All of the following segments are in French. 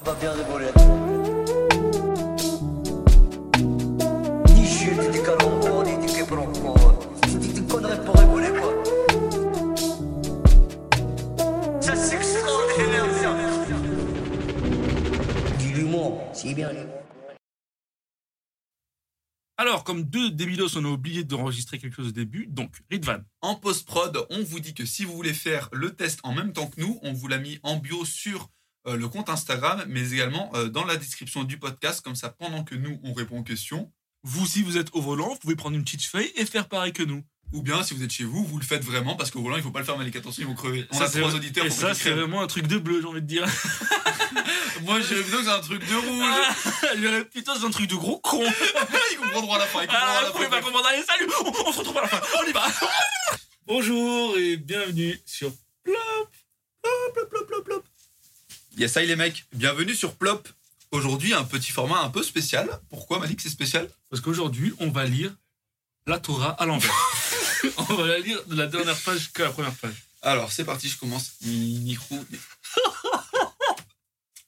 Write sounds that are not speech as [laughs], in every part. On va bien rigoler. Ni chute, ni calembour, ni ni quiproquo. C'est des- des conneries pour rigoler, quoi. Ça, c'est extraordinaire, ça. Du l'humour, c'est bien l'humour. Alors, comme deux débilos, on a oublié d'enregistrer quelque chose au début, donc Ridvan. En post-prod, on vous dit que si vous voulez faire le test en même temps que nous, on vous l'a mis en bio sur euh, le compte Instagram, mais également euh, dans la description du podcast. Comme ça, pendant que nous, on répond aux questions, Vous, si vous êtes au volant, vous pouvez prendre une petite feuille et faire pareil que nous. ou bien si vous êtes chez vous, vous le faites vraiment parce qu'au volant, il faut pas le faire mal. Attention, ils vont crever. On Ça, a c'est trois vrai- auditeurs. Et pour ça, qu'ils c'est crèvent. vraiment un truc de bleu, j'ai envie de dire. [laughs] Moi, j'ai l'impression que c'est un truc de rouge. Ah, Ah, il y aurait- Putain, c'est un truc de gros [laughs] con. ils comprendront à la fin. Ils comprendront Ah, à vous la pouvez fin. pas comprendre. Allez, salut on, on se retrouve à la fin. On y va [laughs] Bonjour et bienvenue sur... Yes, aïe les mecs, bienvenue sur Plop. Aujourd'hui, un petit format un peu spécial. Pourquoi Malik, c'est spécial Parce qu'aujourd'hui, on va lire la Torah à l'envers. [laughs] on va la lire de la dernière page que la première page. Alors, c'est parti, je commence. Mi- [laughs] Micro.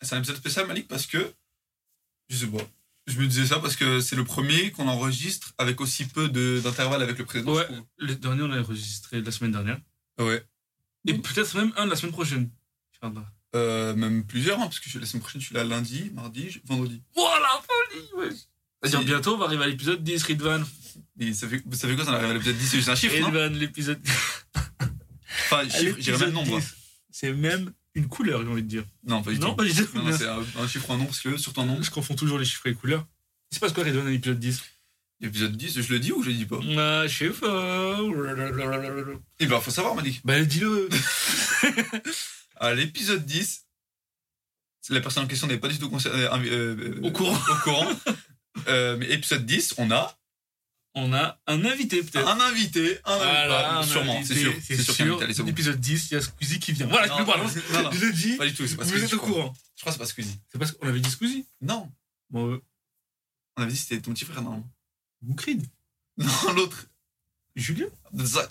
c'est un épisode spécial, Malik, parce que. Je sais pas. Je me disais ça parce que c'est le premier qu'on enregistre avec aussi peu de- d'intervalle avec le président. je Ouais, trouve. le dernier, on l'a enregistré la semaine dernière. ouais. Et peut-être même un de la semaine prochaine. Enfin, bah. Euh, même plusieurs, hein, parce que je- la semaine prochaine, je suis là lundi, mardi, je- vendredi. Voilà, la folie ouais. C'est-à-dire, Si. bientôt, on va arriver à l'épisode 10, Ridvan. Et ça fait, vous savez quoi, ça arrive à l'épisode 10, c'est juste un chiffre, non Ridvan, l'épisode Enfin, chiffre, j'ai même Eh ben, L'épisode nombre. 10, C'est même une couleur, j'ai envie de dire. Non, pas du non, tout. pas du tout. Non, non, c'est un, un chiffre, un nombre, parce que surtout un [laughs] nombre. je confonds toujours les chiffres et les couleurs. Il se passe quoi, Redon, à l'épisode 10 L'épisode 10, je le dis ou Bah, je le dis pas Ah, je sais pas. Eh ben, faut savoir, Malik. Bah, dis-le. À l'épisode 10, la personne en question n'est pas du tout concernée, euh, euh, Au courant. au [laughs] courant. Euh, mais épisode 10, on a On a un invité, peut-être. un invité, un Voilà, bah, un sûrement, invité, c'est sûr, C'est sûr. qu'un invité, allez, c'est bon. L'épisode 10, il y a Squeezie qui vient. Voilà, je Non, te le balance. non, [laughs] non, Je le dis. pas du tout, c'est pas Vous Squeezie. êtes au je crois. courant. Je crois que c'est pas Squeezie. C'est parce qu'on avait dit Squeezie. Non, Bon, euh, on avait dit que c'était ton petit frère, non [laughs] vous criez. Non, l'autre, Julien Zach.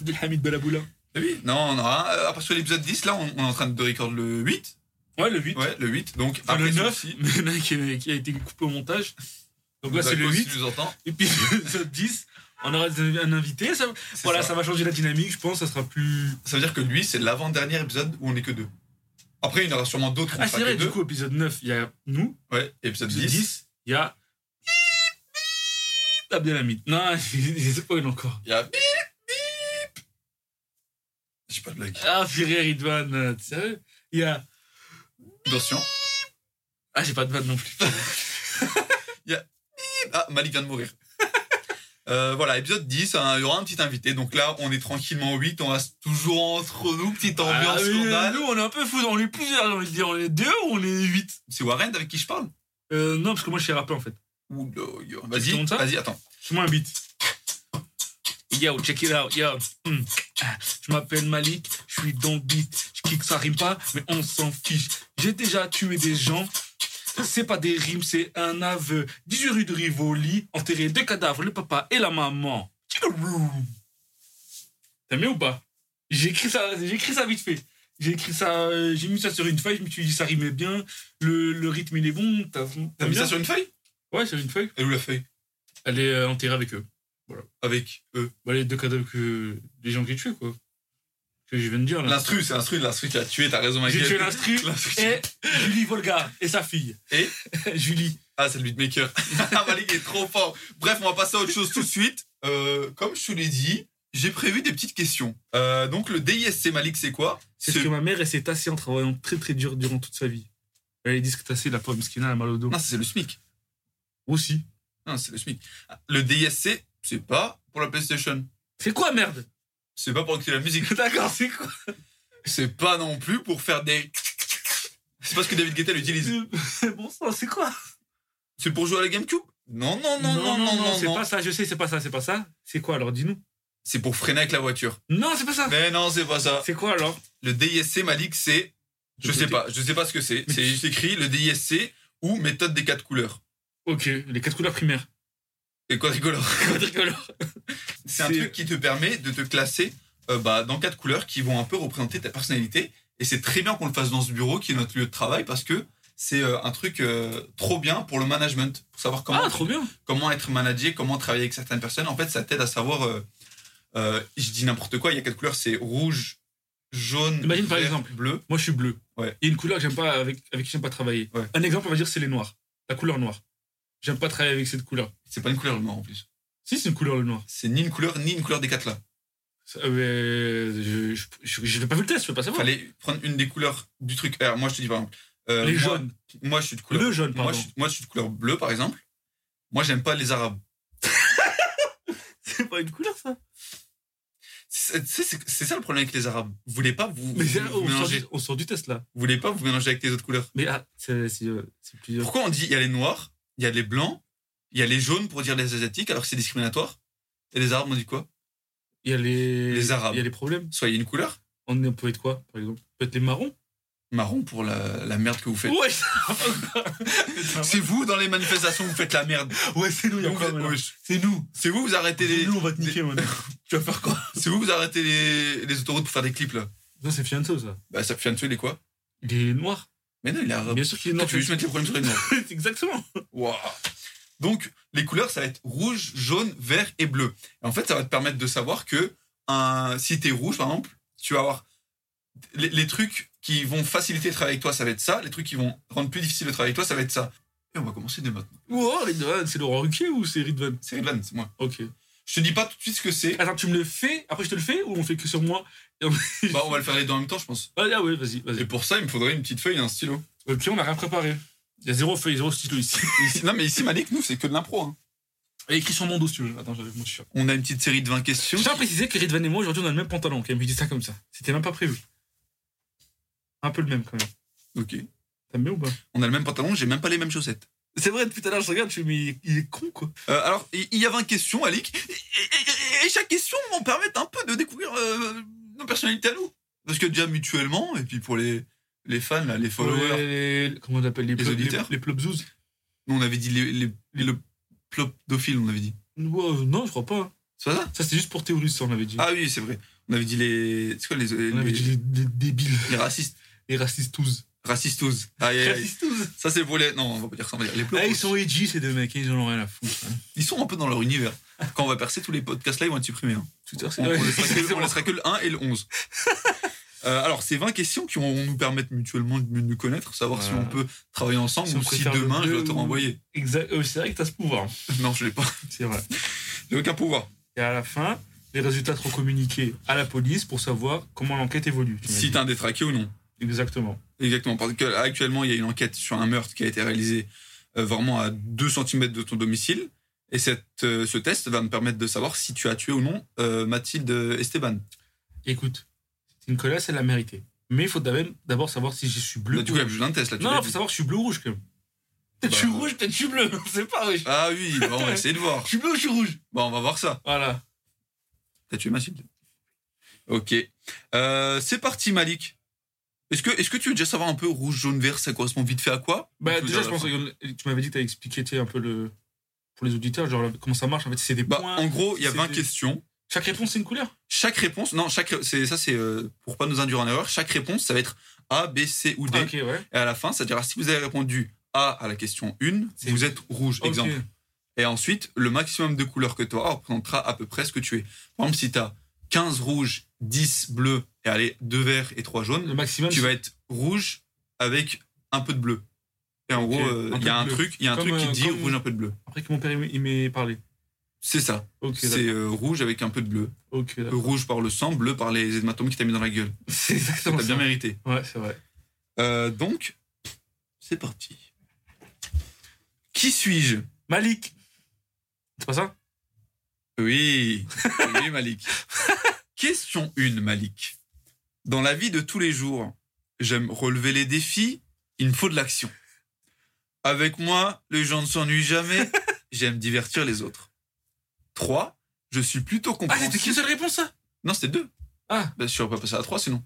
Abdelhamid Balaboula. Eh Oui, non, on aura. euh, Après, sur l'épisode 10, là, on, on est en train de recorder le 8. Ouais, le 8. Ouais, le 8. Donc, Enfin, le après, 9, celui-ci, mais là, qui a- qui a été coupé au montage. Donc là, c'est Zach le aussi 8. nous entend. Et puis, [laughs] épisode 10, on aura un invité. Ça, C'est voilà, ça. ça. va changer la dynamique, je pense. Ça sera plus. Ça veut dire que lui, c'est l'avant-dernier épisode où on est que deux. Après, il y en aura sûrement d'autres où on Ah, sera c'est vrai, que du deux. coup, épisode 9, il y a nous. Ouais, épisode Épisode 10. 10, il y a. Abdelhamid. Non, [laughs] je sais pas où il est encore. Il y a bip, bip. J'ai pas de blague. Ah, Firé Ridvan, euh, t'es sérieux Il y a. Attention. Ah, j'ai pas de vanne non plus. Ah, Malik vient de mourir. [laughs] Euh, voilà, épisode 10, hein, il y aura un petit invité. Donc là, on est tranquillement 8, on reste toujours entre nous, petite ambiance Ah, oui, scandale. Nous, on est un peu fous, on est plusieurs, j'ai envie de dire. On est deux ou on est huit C'est Warren avec qui je parle euh, Non, parce que moi, je suis rappeur en fait. Ouh, là, yo. Tu Vas-y, montes ça vas-y, attends. Je suis moins un beat. Yo, check it out, yo. Mm. Je m'appelle Malik, je suis dans le beat. Je kick, ça rime pas, mais on s'en fiche. J'ai déjà tué des gens. C'est pas des rimes, c'est un aveu. 18 rue de Rivoli, enterré deux cadavres, le papa et la maman. Chickaroo. T'as mis ou pas J'ai écrit ça, j'ai écrit ça vite fait. J'ai écrit ça, euh, j'ai mis ça sur une feuille, je me suis dit ça rimait bien, le, le rythme il est bon. T'as T'as mis ça sur une feuille Ouais, sur une feuille. Elle est où la feuille Elle est euh, enterrée avec eux. Avec euh, eux. bah, les deux cadavres que les gens que j'ai tués, quoi. Que je viens de dire, là. L'instru, c'est l'instru, l'instru qui a tué, t'as raison, J'ai Michael. [laughs] tué l'instru L'instru. et Julie Volga et sa fille. Et Julie. Ah, c'est [laughs] le beatmaker. Ah, Malik est trop fort. Bref, on va passer à autre chose tout de suite. Euh, comme je te l'ai dit, j'ai prévu des petites questions. Euh, donc, le DISC Malik, c'est quoi C'est ce que ma mère, elle s'est tassée en travaillant très très dur durant toute sa vie. Elle est disque tassée, la pomme skin, elle a mal au dos. Non, ça, c'est le SMIC. Aussi. Non, c'est le SMIC. Le DISC, c'est pas pour la PlayStation. C'est quoi, [laughs] merde C'est pas pour écouter [laughs] la musique. D'accord, c'est quoi C'est pas non plus pour faire des. C'est pas ce que David Guetta utilise. C'est- Bon sang, c'est quoi C'est pour jouer à la GameCube Non, non, non, non, non, non. c'est non. pas ça, je sais, c'est pas ça, c'est pas ça. C'est quoi alors, dis-nous C'est pour freiner avec la voiture. Non, c'est pas ça Mais non, c'est pas ça. C'est quoi alors Le DISC Malik, c'est. Je sais pas, je sais pas ce que c'est. C'est juste écrit le DISC ou méthode des quatre couleurs. Ok, les quatre couleurs primaires. Et quadricolore. Quadricolore. C'est un C'est- truc qui te permet de te classer euh, bah, dans quatre couleurs qui vont un peu représenter ta personnalité Et c'est très bien qu'on le fasse dans ce bureau qui est notre lieu de travail parce que c'est euh, un truc euh, trop bien pour le management, pour savoir comment, Ah, trop bien. comment être managé, comment travailler avec certaines personnes. En fait, ça t'aide à savoir. euh, euh, je dis n'importe quoi, il y a quatre couleurs c'est rouge, jaune, Imagine, par vert, exemple. bleu. Moi, je suis bleu. Ouais. Il y a une couleur que j'aime pas avec, avec qui j'aime pas travailler. Ouais. Un exemple, on va dire, c'est les noirs. La couleur noire. J'aime pas travailler avec cette couleur. C'est pas une couleur, le noir en plus. Si, c'est une couleur, le noir. C'est ni une couleur, ni une couleur des quatre là. Ah Ça, euh, je, je, je- je n'ai pas vu le test, je peux pas savoir. Fallait prendre une des couleurs du truc. Alors, moi, je te dis par exemple. euh, les moi- jaunes. Moi, je suis de couleur. Le jaune, pardon. Moi je, [laughs] suis- moi, je suis de couleur bleue, par exemple. Moi, j'aime pas les arabes. C'est pas une couleur, ça. C'est c'est- c'est- c'est ça le problème avec les arabes. Vous voulez pas vous, Mais c'est- vous- vous on, sort mélanger. du, on sort du test, là. Vous voulez pas vous mélanger avec les autres couleurs. Mais ah, c'est c'est, euh, c'est plus. Pourquoi on dit il y a les noirs, il y a les blancs, il y a les jaunes pour dire les asiatiques alors que c'est discriminatoire Et les arabes, on dit quoi Il y a les. Les Arabes. Il y a les problèmes. Soit il y a une couleur, On, est- on peut être quoi, par exemple On peut être les marrons marron pour la, la merde que vous faites. Ouais, ça- C'est vous dans les manifestations, vous faites la merde. Ouais, c'est nous, il y a Vous quoi, êtes maintenant moche. C'est nous. C'est vous, vous arrêtez C'est [laughs] les. nous, on va te niquer, maintenant. Tu vas faire quoi [laughs] C'est vous, vous arrêtez les, les autoroutes pour faire des clips là. Non, c'est Fianso, ça. Bah, ça fait un il est quoi Il est noir. Mais non, il est arabe. Bien sûr qu'il est Non, noir. tu veux juste mettre les problèmes sur les noirs. [laughs] Exactement. Waouh. Donc, les couleurs, ça va être rouge, jaune, vert et bleu. Et en fait, ça va te permettre de savoir que un, si t'es rouge, par exemple, tu vas avoir les, les trucs qui vont faciliter le travail avec toi, ça va être ça. Les trucs qui vont rendre plus difficile le travail avec toi, ça va être ça. Et on va commencer dès maintenant. Wow, oh, Ridvan, c'est Laurent Ruquier ou c'est Ridvan C'est Ridvan, c'est moi. Ok. Je te dis pas tout de suite ce que c'est. Attends, tu me le fais, après je te le fais ou on fait que sur moi Bah, on va le faire les deux en même temps, je pense. Ah, ah ouais, vas-y, Et vas-y. pour ça, il me faudrait une petite feuille et un stylo. Ok, Euh, on n'a rien préparé. Il y a zéro feuille, zéro stylo [laughs] ici. Ici- non, mais ici, Malik, nous, c'est que de l'impro. hein. Et écris sur mon dos si tu veux. Attends, j'avais mon shirt. On a une petite série de 20 questions. Je tiens à préciser que Ridvan et moi aujourd'hui on a le même pantalon, quand même. Je dis ça comme ça. C'était même pas prévu. Un peu le même quand même. Ok. T'aimes bien ou pas On a le même pantalon, j'ai même pas les mêmes chaussettes. C'est vrai, depuis tout à l'heure je regarde, je me dis, mais il est con quoi. Euh, alors, il il y a 20 questions, Alec, et, et- et- et chaque question m'en permet un peu de découvrir euh, nos personnalités à nous. Parce que déjà mutuellement, et puis pour les, les fans, là, les followers, Les- Comment on appelle les, Les plop- auditeurs Les, les plopzouzes nous on avait dit les, les, les, le plopdophile, on avait dit. Wow, Non, je crois pas. hein. C'est pas ça Ça c'était juste pour théoriser, ça on avait dit. Ah oui, c'est vrai. On avait dit les. C'est quoi les, les, on avait dit les, les débiles, les racistes les racistes tous. Racistous. Aïe, aïe, aïe. Racistes tous Ça c'est pour les. Non, on va pas dire ça, on va dire les plopos. Ah, ils sont edgy ces deux mecs, hein, ils en ont rien à foutre. Ils sont un peu dans leur univers. Quand on va percer tous les podcasts là, ils vont être supprimés. hein. Twitter, On, on laissera que, on laissera que le 1 et [laughs] le 11. Euh, alors, c'est 20 questions qui vont nous permettre mutuellement de mieux nous connaître, savoir si Voilà. on peut travailler ensemble Si on ou si préfère le demain je dois bleu te ou- renvoyer. Exact. euh, c'est vrai que t'as ce pouvoir. Non, je l'ai pas. C'est vrai. J'ai aucun pouvoir. Et à la fin, les résultats seront communiqués à la police pour savoir comment l'enquête évolue. tu m'as Si dit. t'es un détraqué ou non. Exactement. Exactement. Parce que là, actuellement, il y a une enquête sur un meurtre qui a été réalisée euh, vraiment à 2 cm de ton domicile. Et cette, euh, ce test va me permettre de savoir si tu as tué ou non euh, Mathilde Esteban. Écoute, une colasse, elle l'a mérité. Mais il faut même d'abord savoir si je suis bleu. Là, du ou- coup, il y a plus d'un test. Là, tu Non, l'as il faut dit. savoir si je suis bleu ou rouge quand même. Peut-être je suis Bah. rouge, peut-être je suis bleu. [laughs] C'est pas wesh. Ah oui, bah, on va essayer de voir. Je suis bleu ou je suis rouge Bon, on va voir ça. Voilà. T'as tué Mathilde. Ok. Euh, c'est parti, Malik. Est-ce que, est-ce que tu veux déjà savoir un peu rouge, jaune, vert, ça correspond vite fait à quoi Bah, Tu veux déjà, dire je la pense fin. que tu m'avais dit que t'avais expliqué tu sais, un peu le. Pour les auditeurs, genre comment ça marche, en fait, c'est des Bah, points. en gros, il y a c'est 20 des- questions. Chaque réponse, c'est une couleur. Chaque réponse, non, chaque, ré- c'est, ça c'est euh, pour pas nous induire en erreur. Chaque réponse, ça va être A, B, C ou D. Ah, ok, ouais. Et à la fin, ça dira si vous avez répondu A à la question 1, C'est- vous êtes rouge, Ok. exemple. Et ensuite, le maximum de couleurs que tu auras représentera à peu près ce que tu es. Par exemple, si tu as 15 rouges, 10 bleus, et allez, 2 verts et 3 jaunes, Le maximum, tu vas être rouge avec un peu de bleu. Et en gros, euh, un peu il y de a un bleu. truc, il y a un Comme, truc qui euh, dit comme- rouge un peu de bleu. Après que mon père il m'ait parlé. C'est ça. Ok, d'accord. c'est euh, rouge avec un peu de bleu. Ok, d'accord. Rouge par le sang, bleu par les hématomes qui t'a mis dans la gueule. C'est T'as exactement bien ça. mérité. Ouais, c'est vrai. Euh, donc, c'est parti. Qui suis-je Malik C'est pas ça Oui, oui [laughs] Malik. Question 1, Malik. Dans la vie de tous les jours, j'aime relever les défis, il me faut de l'action. Avec moi, les gens ne [laughs] s'ennuient jamais, j'aime divertir les autres. 3. Je suis plutôt Ah, c'était compréhensif. qu'une seule réponse, ça non, c'était 2. Ah. Bah, je ne pas passer à 3 sinon.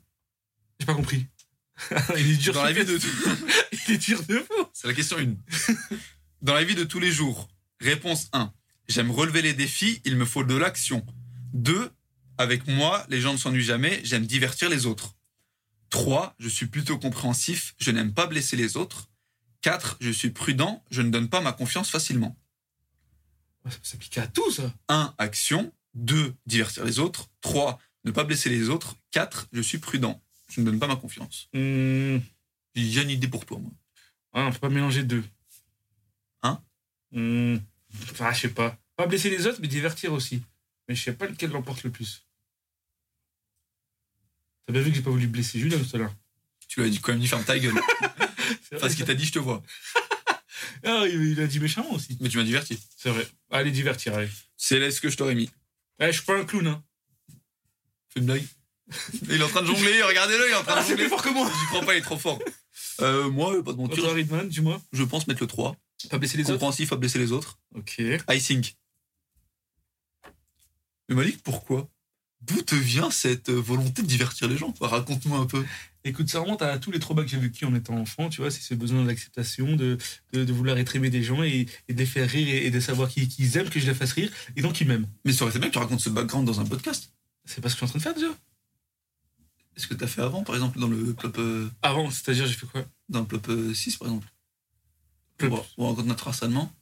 J'ai pas compris. [laughs] il est dur Dans ce la vie test. de tous- Il est dur de fou. C'est la question 1. Dans la vie de tous les jours, réponse 1. J'aime relever les défis, il me faut de l'action. 2. Avec moi, les gens ne s'ennuient jamais, j'aime divertir les autres. 3. Je suis plutôt compréhensif, je n'aime pas blesser les autres. 4. Je suis prudent, je ne donne pas ma confiance facilement. Ouais, Ah, Ça peut s'appliquer à tout, ça. 1. Action. 2. Divertir les autres. 3. Ne pas blesser les autres. 4. Je suis prudent, je ne donne pas ma confiance. Hmm, J'ai déjà une idée pour toi, moi. Ouais, Ah, on peut pas mélanger deux. Hein Hmm, Ah, je sais pas. Pas blesser les autres, mais divertir aussi. Mais je sais pas lequel l'emporte le plus. T'as bien vu que j'ai pas voulu blesser Julien tout à l'heure. Tu lui as dit quand même dit ferme ta gueule. C'est vrai, Parce qu'il t'a dit je te vois. Ah, il il a dit méchamment aussi. Mais tu m'as diverti. C'est vrai. Allez, divertir, allez. C'est là ce que je t'aurais mis. Eh, je suis pas un clown, hein. Fais une blague. Il est en train de jongler, regardez-le, il est en train Ah, de c'est jongler. plus fort que moi J'y crois pas, il est trop fort. Euh, moi, pas de Toi, mentir, Ridman, dis-moi. je pense mettre le 3. Pas blesser les autres Compréhensif, pas blesser les autres. Ok. I think. Mais Malik, pourquoi D'où te vient cette euh, volonté de divertir les gens quoi Raconte-moi un peu. Écoute, ça remonte à tous les traumas que j'ai vécu en étant enfant, tu vois, c'est ce besoin d'acceptation, de, de, de vouloir être aimé des gens et, et de les faire rire et, et de savoir qu'ils qu'ils aiment, que je les fasse rire, et donc ils m'aiment. Mais ça aurait été bien que tu racontes ce background dans un podcast. C'est pas ce que je suis en train de faire déjà. Est-ce que t'as fait avant, par exemple, dans le Plop, euh, Avant, c'est-à-dire, j'ai fait quoi dans le plop, euh, 6, par exemple Plop. Ou- Ou raconte notre harcèlement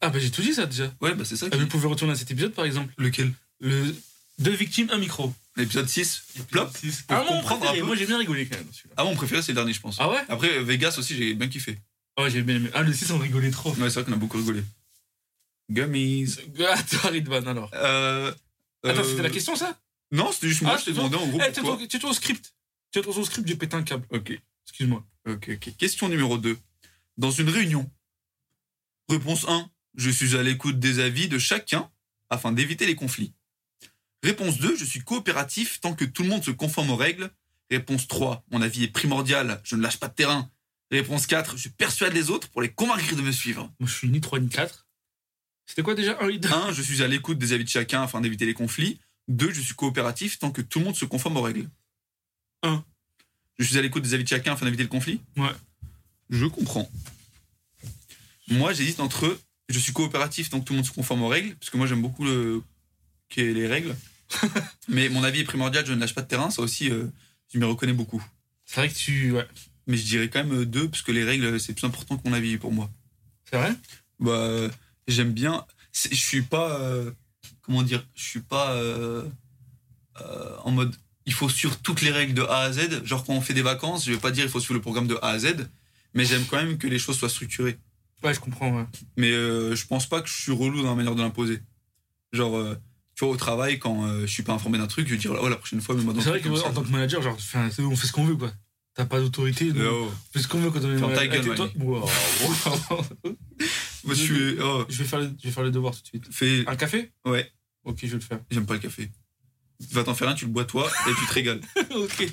Ah, bah j'ai tout dit ça déjà. Ouais, bah c'est ça. Ah, qui- vous pouvez retourner à cet épisode par exemple. Lequel Le... Deux victimes, un micro. L'épisode 6 Plop Pour Ah, mon comprendre préféré. un peu. Moi j'ai bien rigolé quand même. celui-là. Ah, mon préféré, c'est le dernier, je pense. Ah ouais Après, euh, Vegas aussi, j'ai bien kiffé. Ah ouais, j'ai bien aimé. Ah, le 6, on rigolait [laughs] trop. Ouais, c'est vrai qu'on a beaucoup rigolé. Gummies. Attends, Ridvan alors. Euh, Attends, euh, c'était la question ça Non, c'était juste moi, Ah, je t'ai c'est toi. demandé en gros Eh, t'es pourquoi. trop- t'es trop au script. T'es trop au script, j'ai pété un câble. Ok, Excuse-moi. ok, ok. Question numéro 2. Dans une réunion, réponse 1, je suis à l'écoute des avis de chacun afin d'éviter les conflits. Réponse 2, je suis coopératif tant que tout le monde se conforme aux règles. Réponse 3, mon avis est primordial, je ne lâche pas de terrain. Réponse 4, je persuade les autres pour les convaincre de me suivre. Moi, je suis ni 3 ni 4. C'était quoi déjà un leader 1, je suis à l'écoute des avis de chacun afin d'éviter les conflits. 2, je suis coopératif tant que tout le monde se conforme aux règles. Un. Je suis à l'écoute des avis de chacun afin d'éviter le conflit Ouais. Je comprends. Moi, j'hésite entre eux. Je suis coopératif tant que tout le monde se conforme aux rèles, parce que moi, j'aime beaucoup le... qu'est [laughs] les règles. Mais mon avis est primordial, je ne lâche pas de terrain, ça aussi, euh, je m'y reconnais beaucoup. C'est vrai que tu. Ouais. Mais je dirais quand même euh, deux, parce que les règles, c'est plus important que mon avis pour moi. C'est vrai Bah, euh, j'aime bien. c'est- Je suis pas. euh, comment dire Je suis pas euh, euh, en mode. Il faut suivre toutes les règles de A à Z. Genre, quand on fait des vacances, je vais pas dire il faut suivre le programme de A à Z, mais j'aime quand même que les choses soient structurées. Ouais, je comprends. Ouais. Mais euh, je pense pas que je suis relou dans la manière de l'imposer. Genre, euh, tu vois, au travail, quand euh, je suis pas informé d'un truc, je vais dire oh, la prochaine fois, mais moi dans C'est vrai qu'en tant que manager, genre, enfin, c'est- on fait ce qu'on veut, quoi. T'as pas d'autorité, Eh, donc oh, on fait ce qu'on veut quand on est Ferme ta manager. gueule, Ah, t'es- toi- Wow. [laughs] Monsieur, oh, je, vais faire le, je vais faire le devoir tout de suite. fais. Un café Ouais, Ok, je vais le faire. j'aime pas le café. Va t'en faire un, tu le bois toi et tu te régales. [laughs] ok.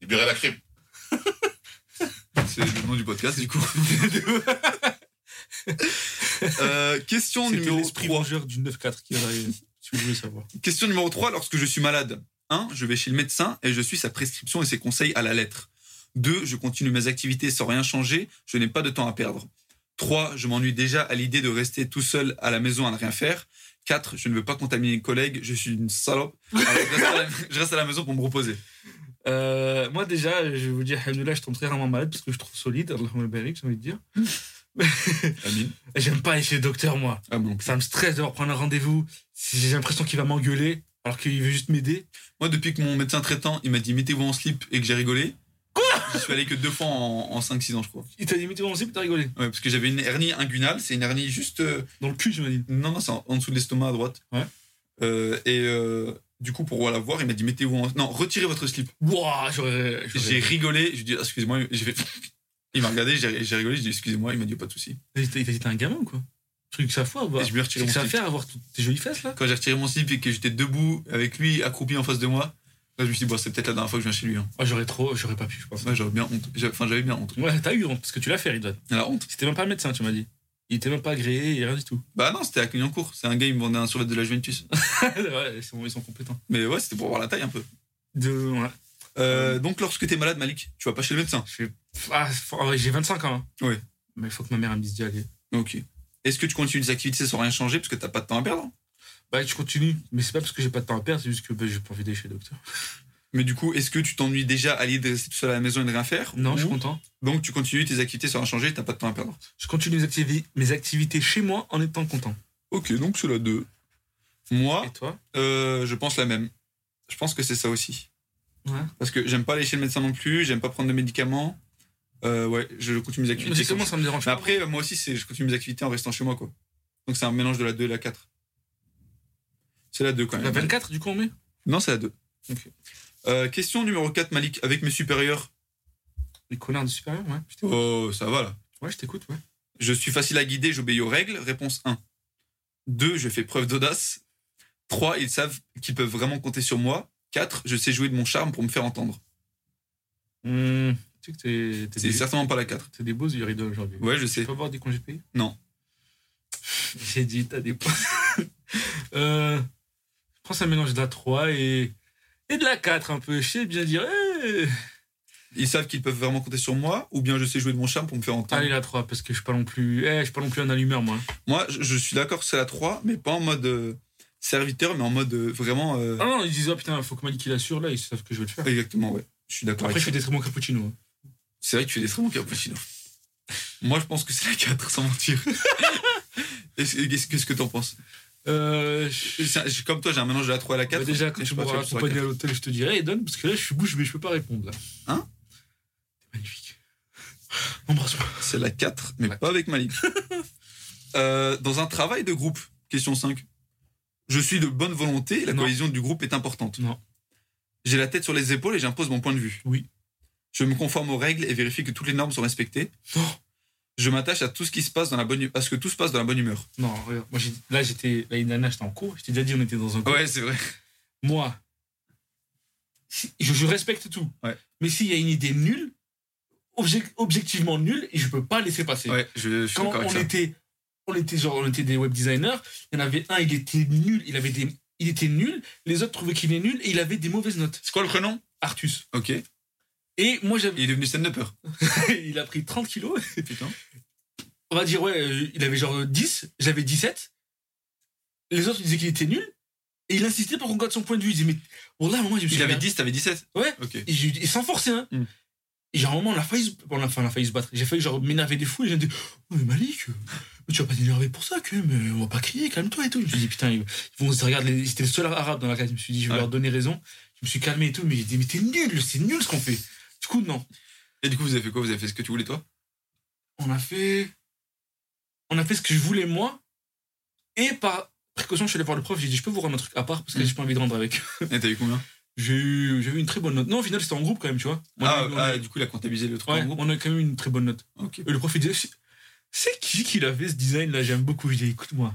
Libérer la crime. [laughs] C'est le nom du podcast, du coup. [laughs] Euh, question C'était numéro l'esprit 3. vengeur du 9-4 qui est arrivé, [laughs] si vous voulez savoir. Question numéro 3, lorsque je suis malade. 1. Je vais chez le médecin et je suis sa prescription et ses conseils à la lettre. 2. Je continue mes activités sans rien changer, je n'ai pas de temps à perdre. 3. Je m'ennuie déjà à l'idée de rester tout seul à la maison à ne rien faire. 4. Je ne veux pas contaminer les collègues, je suis une salope. Alors, je, reste à la, [laughs] je reste à la maison pour me reposer. Euh, moi déjà, je vais vous dire, Alhamdoulilah, je tombe très rarement malade parce que je trouve solide, Allahumma barik, j'ai envie de dire. Amine. J'aime pas aller chez le docteur, moi. Ah bon. Ça me stresse de reprendre un rendez-vous. J'ai l'impression qu'il va m'engueuler alors qu'il veut juste m'aider. Moi, depuis que mon médecin traitant il m'a dit mettez-vous en slip et que j'ai rigolé, je suis allé que deux fois en, 5-6 ans, je crois. Il t'a dit, mais tu vas en slip, t'as rigolé. Ouais, parce que j'avais une hernie inguinale, c'est une hernie juste. euh, Dans le cul, j'imagine. Non, non, c'est en, en dessous de l'estomac à droite. Ouais. Euh, et euh, du coup, pour la voir, il m'a dit mettez-vous en. Non, retirez votre slip. Wouah, j'aurais. J'ai j'aurais- rigolé, j'ai dit excusez-moi, j'ai fait. [laughs] Il m'a regardé, j'ai j'ai rigolé, j'ai dit excusez-moi, il m'a dit pas de souci. Il t'a il t'a dit, t'es un gamin ou quoi Truc ça foi, bah. Et je lui ai Truc retiré que mon ça à slip. faire, avoir toutes tes jolies fesses là Quand j'ai retiré mon slip et que j'étais debout avec lui accroupi en face de moi, là, je me suis dit bon, c'est peut-être la dernière fois que je viens chez lui. Hein. Ah, J'aurais trop, j'aurais pas pu, je pense. Ouais, j'avais bien honte. J'ai- Enfin, j'avais bien honte. Ouais, t'as eu honte parce que tu l'as fait, Ridwan. La honte. C'était même pas un médecin, tu m'as dit. Il était même pas agréé et rien du tout. [laughs] Bah non, c'était à Clignancourt. C'est un gars, il me vendait un survêt de la Juventus. ouais, ils sont, ils sont compétents. Mais ouais, c'était pour voir la taille un peu. De, ouais. Euh, donc, lorsque t'es malade, Malik, tu vas pas chez le médecin. Je fais- Ah, f- ah ouais, j'ai 25 ans. hein. Ouais. Mais il faut que ma mère elle me dise d'y aller. Ok. Est-ce que tu continues tes activités sans rien changer parce que t'as pas de temps à perdre Bah, je continue. Mais c'est pas parce que j'ai pas de temps à perdre, c'est juste que bah, j'ai pas envie d'aller chez le docteur. Mais du coup, est-ce que tu t'ennuies déjà à l'idée de rester tout seul à la maison et de rien faire Non, je suis Ou- content. Donc tu continues tes activités sans rien changer, t'as pas de temps à perdre. Je continue mes, activi- mes activités chez moi en étant content. Ok, donc c'est la 2. Moi, Et toi euh, je pense la même. Je pense que c'est ça aussi. Ouais. Parce que j'aime pas aller chez le médecin non plus, j'aime pas prendre de médicaments. Euh, ouais, je continue mes Mais activités. Justement, comme- ça me dérange pas. Mais après, euh, moi aussi, c'est je continue mes activités en restant chez moi, quoi. Donc c'est un mélange de la 2 et la 4. C'est la 2 quand même. La 24, du coup, on met Non, c'est la 2. Ok. Euh, question numéro 4, Malik, avec mes supérieurs. Les connards de supérieur, ouais. Je t'écoute. Oh, ça va là. Ouais, je t'écoute, ouais. Je suis facile à guider, j'obéis aux règles. Réponse 1. 2. Je fais preuve d'audace. 3. Ils savent qu'ils peuvent vraiment compter sur moi. 4. Je sais jouer de mon charme pour me faire entendre. Hum, Tu sais que t'es- t'es Hmm. C'est des- certainement pas la 4. t'es des beaux yeux rideaux aujourd'hui. Ouais, je Tu sais. peux avoir des congés payés Non. [laughs] J'ai dit, t'as des points. [laughs] euh, je pense un mélange de la 3 et, et de la 4 un peu. Je sais bien dire. eh. Ils savent qu'ils peuvent vraiment compter sur moi. Ou bien je sais jouer de mon charme pour me faire entendre. Allez, la 3, parce que je suis pas non plus. eh, je suis pas non plus un allumeur, moi. Moi, je, je suis d'accord que c'est la 3, mais pas en mode euh, serviteur, mais en mode euh, vraiment. euh, Ah non, ils disent, oh putain, faut que Malik il assure là, ils savent que je vais le faire. Exactement, ouais. Je suis d'accord Après, avec je fais des très bons cappuccinos. hein. C'est vrai que tu fais des très bons cappuccinos. Moi, je pense que c'est la 4, sans mentir. [laughs] Est-ce- Qu'est-ce qu'est-ce que t'en penses Euh, je- C'est un- je- Comme toi, j'ai un mélange de la 3 et la 4. bah, déjà, quand Je sais tu pas, m'auras tu vois, sur la accompagné à l'hôtel, je te dirai, et donne, parce que là, je suis bouche, mais je peux pas répondre. Là. Hein T'es magnifique. Embrasse-moi. quatre. C'est la 4, mais Ouais. pas avec [laughs] Malik. Euh, dans un travail de groupe, question 5. Je suis de bonne volonté, la Non. cohésion du groupe est importante. Non. J'ai la tête sur les épaules et j'impose mon point de vue. Oui. Je me conforme aux règles et vérifie que toutes les normes sont respectées. Non. Je m'attache à tout ce qui se passe dans la bonne hu- à ce que tout se passe dans la bonne humeur. Non, regarde. Moi, j'ai- là, j'étais. L'année dernière, j'étais en cours. Je t'ai déjà dit, on était dans un cours. Ouais, c'est vrai. Moi, si- je, je respecte tout. Ouais. Mais s'il y a une idée nulle, objec- objectivement nulle, et je peux pas laisser passer. Ouais, je, je suis Quand d'accord avec on ça. était, on était genre, on était des web designers. Il y en avait un, il était nul. Il avait des, il était nul. Les autres trouvaient qu'il est nul et il avait des mauvaises notes. C'est quoi le prénom Artus. Ok. Il Et moi, j'avais, [laughs] est devenu stand-upper. il a pris 30 kilos. [laughs] Putain. on va dire, ouais, euh, il avait genre euh, 10, j'avais 17. Les autres disaient qu'il était nul. Et il insistait pour qu'on garde son point de vue. Il disait, mais bon, là, à un moment, je me suis Il avait regardé. 10, t'avais 17 Ouais. Ok. Et, j'ai- et sans forcer, hein. Mm. Et genre, à un moment, on a failli, se- bon, on a, enfin, on a failli se battre. J'ai failli genre m'énerver des fous. Et j'ai dit, oh, mais Malik, euh, mais tu vas pas t'énerver pour ça, que mais on va pas crier, calme-toi et tout. Je me suis dit, putain, ils ils vont se regarder. C'était le seul arabe dans la classe. Je me suis dit, je vais Ouais. leur donner raison. Je me suis calmé et tout. Mais j'ai dit, mais t'es nul, c'est nul ce qu'on fait. Du coup, non. Et du coup, vous avez fait quoi Vous avez fait ce que tu voulais, toi on a fait on a fait ce que je voulais moi et par précaution je suis allé voir le prof j'ai dit je peux vous rendre un truc à part parce que Mm. j'ai pas envie de rendre avec Et t'as eu combien j'ai eu j'ai eu une très bonne note non au final c'était en groupe quand même tu vois on, ah, a, eu- on, ah, a, du coup, il a comptabilisé le truc ouais, en groupe. on a quand même eu une très bonne note Ok. et le prof il disait C'est- c'est qui qui l'a fait ce design là j'aime beaucoup je dis écoute moi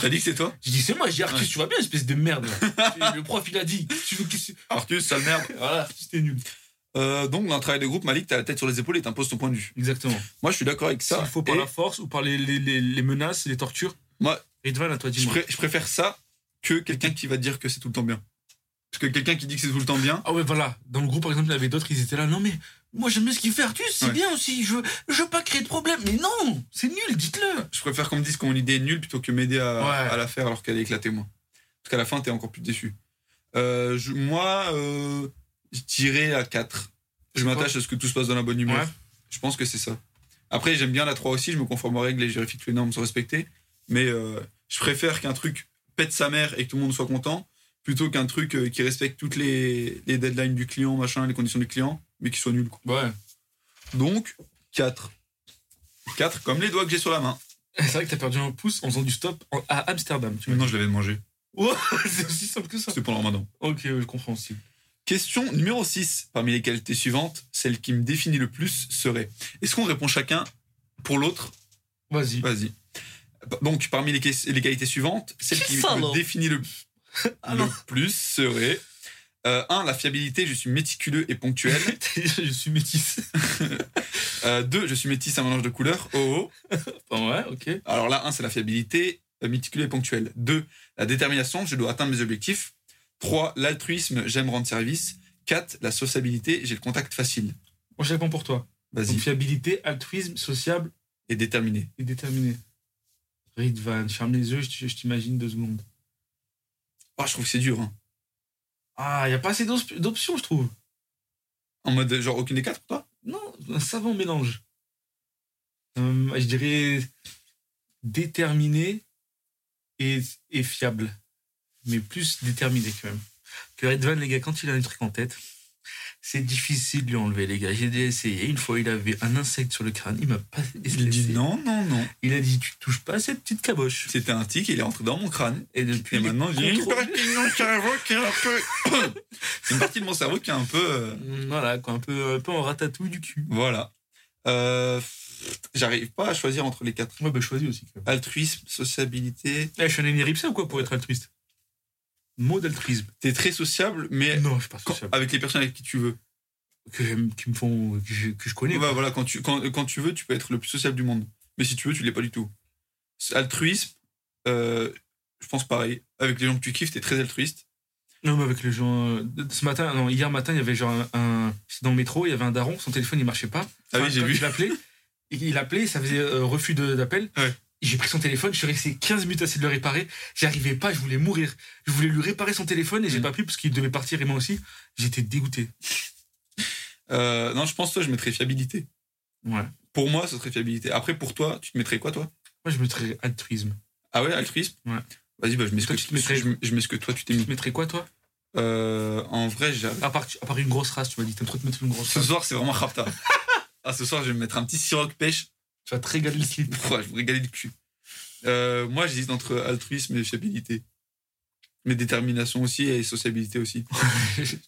T'as dit que c'est toi j'ai dit c'est moi j'ai dit Arthus Ouais. tu vas bien espèce de merde [laughs] là. le prof il a dit tu veux qu'est-ce que- Arthus, sale merde. voilà c'était nul Euh, donc, dans le travail de groupe, Malik, t'as la tête sur les épaules et t'imposes ton point de vue. exactement Moi, je suis d'accord avec ça. il faut par et la force ou par les, les, les, les menaces les tortures Moi- Ridvan à toi je, dis-moi pré- je préfère ça que quelqu'un qui va dire que c'est tout le temps bien. Parce que quelqu'un qui dit que c'est tout le temps bien, Ah ouais, voilà. Dans le groupe, par exemple, il y avait d'autres, ils étaient là. Non, mais moi, j'aime bien ce qu'il fait, Arthus. C'est Ouais. bien aussi. Je veux, je veux pas créer de problème. Mais non, c'est nul, dites-le. je préfère qu'on me dise que mon idée est nulle plutôt que m'aider à, Ouais. à la faire alors qu'elle est éclatée, moi. Parce qu'à la fin, t'es encore plus déçu. Euh, je- moi, euh, je dirais à 4. Je quoi m'attache à ce que tout se passe dans la bonne humeur. Ouais. Je pense que c'est ça. Après, j'aime bien la 3 aussi, je me conforme aux règles et je vérifie que les normes sont respectées. Mais euh, je préfère qu'un truc pète sa mère et que tout le monde soit content plutôt qu'un truc euh, qui respecte toutes les, les deadlines du client, machin, les conditions du client, mais qui soit nul. quoi. Ouais. Donc, 4. 4 comme les doigts que j'ai sur la main. Eh, C'est vrai que t'as perdu un pouce en faisant du stop en- à Amsterdam. Tu vois. Maintenant, je l'avais mangé. [laughs] c'est aussi simple que ça. C'était pour le ramadan. Ok, je comprends aussi. Question numéro 6, parmi les qualités suivantes, celle qui me définit le plus serait. Est-ce qu'on répond chacun pour l'autre Vas-y. Vas-y. Donc, parmi les, quais- les qualités suivantes, celle qui Ça, me alors [laughs] définit le, Ah le non. plus serait 1. La fiabilité, je suis méticuleux et [laughs] ponctuel. je suis [laughs] métisse. 2. je suis métisse, un mélange de couleurs. Oh, Enfin, ouais, ok. oh. Alors là, 1, c'est la fiabilité, euh, méticuleux et ponctuel. 2. La détermination, je dois atteindre mes objectifs. 3. L'altruisme, j'aime rendre service. 4. La sociabilité, j'ai le contact facile. Moi, je réponds pour toi. Donc, Vas-y. fiabilité, altruisme, sociable Et déterminé. et déterminé. Ridvan, ferme les yeux, je t- je t'imagine deux secondes. Ah, Oh, je trouve que c'est dur. hein. Ah, il n'y a pas assez d'os- d'options, je trouve. En mode, genre, aucune des quatre pour toi Non, un savant mélange. Hum, je dirais déterminé et, et fiable. Mais plus déterminé quand même. Que Redvan, les gars, quand il a un truc en tête, c'est difficile de lui enlever, les gars. J'ai déjà essayé. Une fois, il avait un insecte sur le crâne. Il m'a pas laissé. Il dit non, non, non. Il a dit Tu touches pas à cette petite caboche. C'était un tic, il est rentré dans mon crâne. Et depuis. Et il est maintenant, j'ai une contrôlé. partie de mon cerveau qui est un peu. [coughs] une partie de mon cerveau qui est un peu. euh, Voilà, quoi, un peu, un peu en ratatouille du cul. Voilà. Euh, pff, J'arrive pas à choisir entre les quatre. Ouais, bah, choisis aussi. Quand même. Altruisme, sociabilité. Eh, je suis un Lenny Ripsey ou quoi pour être altruiste Mot d'altruisme. T'es très sociable, mais Non, je suis pas quand- Mmh, sociable. avec les personnes avec qui tu veux. Que j'aime, qui me font, que je, que je connais. Bah, voilà, quand tu, quand, quand tu veux, tu peux être le plus sociable du monde. Mais si tu veux, tu l'es pas du tout. Altruisme, euh, je pense pareil. Avec les gens que tu kiffes, t'es très altruiste. Non, mais avec les gens. euh, Ce matin, non, hier matin, il y avait genre un. un- j'étais dans le métro, il y avait un daron, son téléphone il marchait pas. Ah Enfin, oui, j'ai quand vu. Je l'appelais, et il appelait, ça faisait euh, refus de- d'appel. Ouais. J'ai pris son téléphone, je suis resté 15 minutes à essayer de le réparer. J'arrivais pas, je voulais mourir. Je voulais lui réparer son téléphone et j'ai Mm. pas pu parce qu'il devait partir et moi aussi. J'étais dégoûté. [laughs] Euh, non, je pense toi, je mettrais fiabilité. Ouais. Moi, Pour moi, ce serait fiabilité. Après, pour toi, tu te mettrais quoi, toi je mettrais altruisme. Ah ouais, altruisme Ouais. Vas-y, bah, je mets ce que Toi, tu te mettrais- je mets- je mets ce que toi, tu t'es Tu mis. te mettrais quoi, toi Euh, en vrai, j'avais. à part, à part une grosse race, tu m'as dit, t'aimes trop te mettre une grosse Ce race. soir, c'est vraiment rapta. [laughs] ah, ce soir, je vais me mettre un petit siroc pêche. [laughs] Tu vas te régaler le slip. Pouah, je vais me régaler le cul. Euh, moi, j'hésite entre altruisme et fiabilité. Mais détermination aussi et sociabilité [laughs] aussi.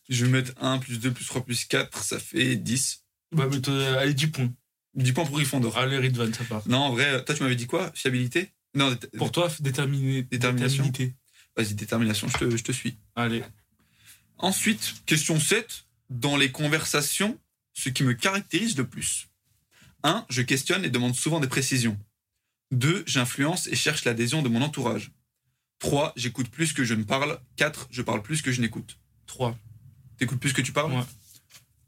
Je vais mettre 1 plus 2 plus 3 plus 4, ça fait 10. bah, mais toi, allez, 10 points. 10 points pour Gryffondor. Allez, Ridvan, ça part. Non, en vrai, toi, tu m'avais dit quoi Fiabilité Non, dé- Pour toi, déterminer. Détermination. vas-y, détermination, je te, je te suis. Allez. Ensuite, question 7. Dans les conversations, ce qui me caractérise le plus. 1. Je questionne et demande souvent des précisions. 2. J'influence et cherche l'adhésion de mon entourage. 3. J'écoute plus que je ne parle. 4. Je parle plus que je n'écoute. 3. T'écoutes plus que tu parles Ouais.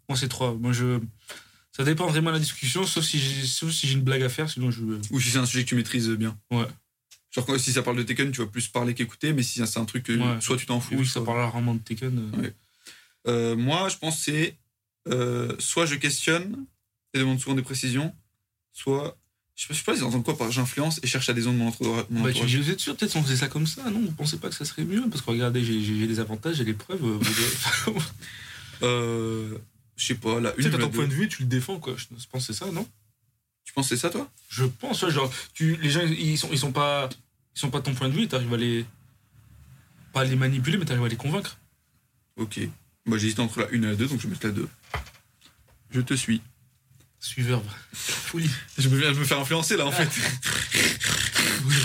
Moi, c'est 3. Moi, je. Ça dépend vraiment de la discussion, sauf si j'ai sauf si j'ai une blague à faire, sinon je. Ou si c'est un sujet que tu maîtrises bien Ouais. Genre quand- si ça parle de Tekken, tu vas plus parler qu'écouter, mais si c'est un truc que Ouais. soit tu t'en fous. Oui, ça soit- parle rarement de Tekken. euh. Ouais. Euh, moi, je pense que c'est euh, soit je questionne et demande souvent des précisions, soit je sais pas- je sais pas, ils entendent quoi par j'influence et cherche à des ondes mon entourage. mon Bah, tu, entourage. vous êtes sûr, peut-être on faisait ça comme ça, non Vous pensez pas que ça serait mieux Parce que regardez, j'ai- j'ai j'ai des avantages, j'ai des preuves. euh, vous devez- Euh, je sais pas, là, Tu sais, une t'as ou la ton deux. point de vue, tu le défends, quoi. Je pense que c'est ça, non Tu penses que c'est ça, toi Je pense, ouais, genre, tu, les gens, ils sont, ils sont pas, ils sont pas de ton point de vue, t'arrives à les, pas à les manipuler, mais t'arrives à les convaincre. Ok. Moi, j'hésite entre la 1 et la 2, donc je vais mettre la 2. Je te suis. Suiveur, [laughs] folie. Je me, je me fais influencer, là, en fait.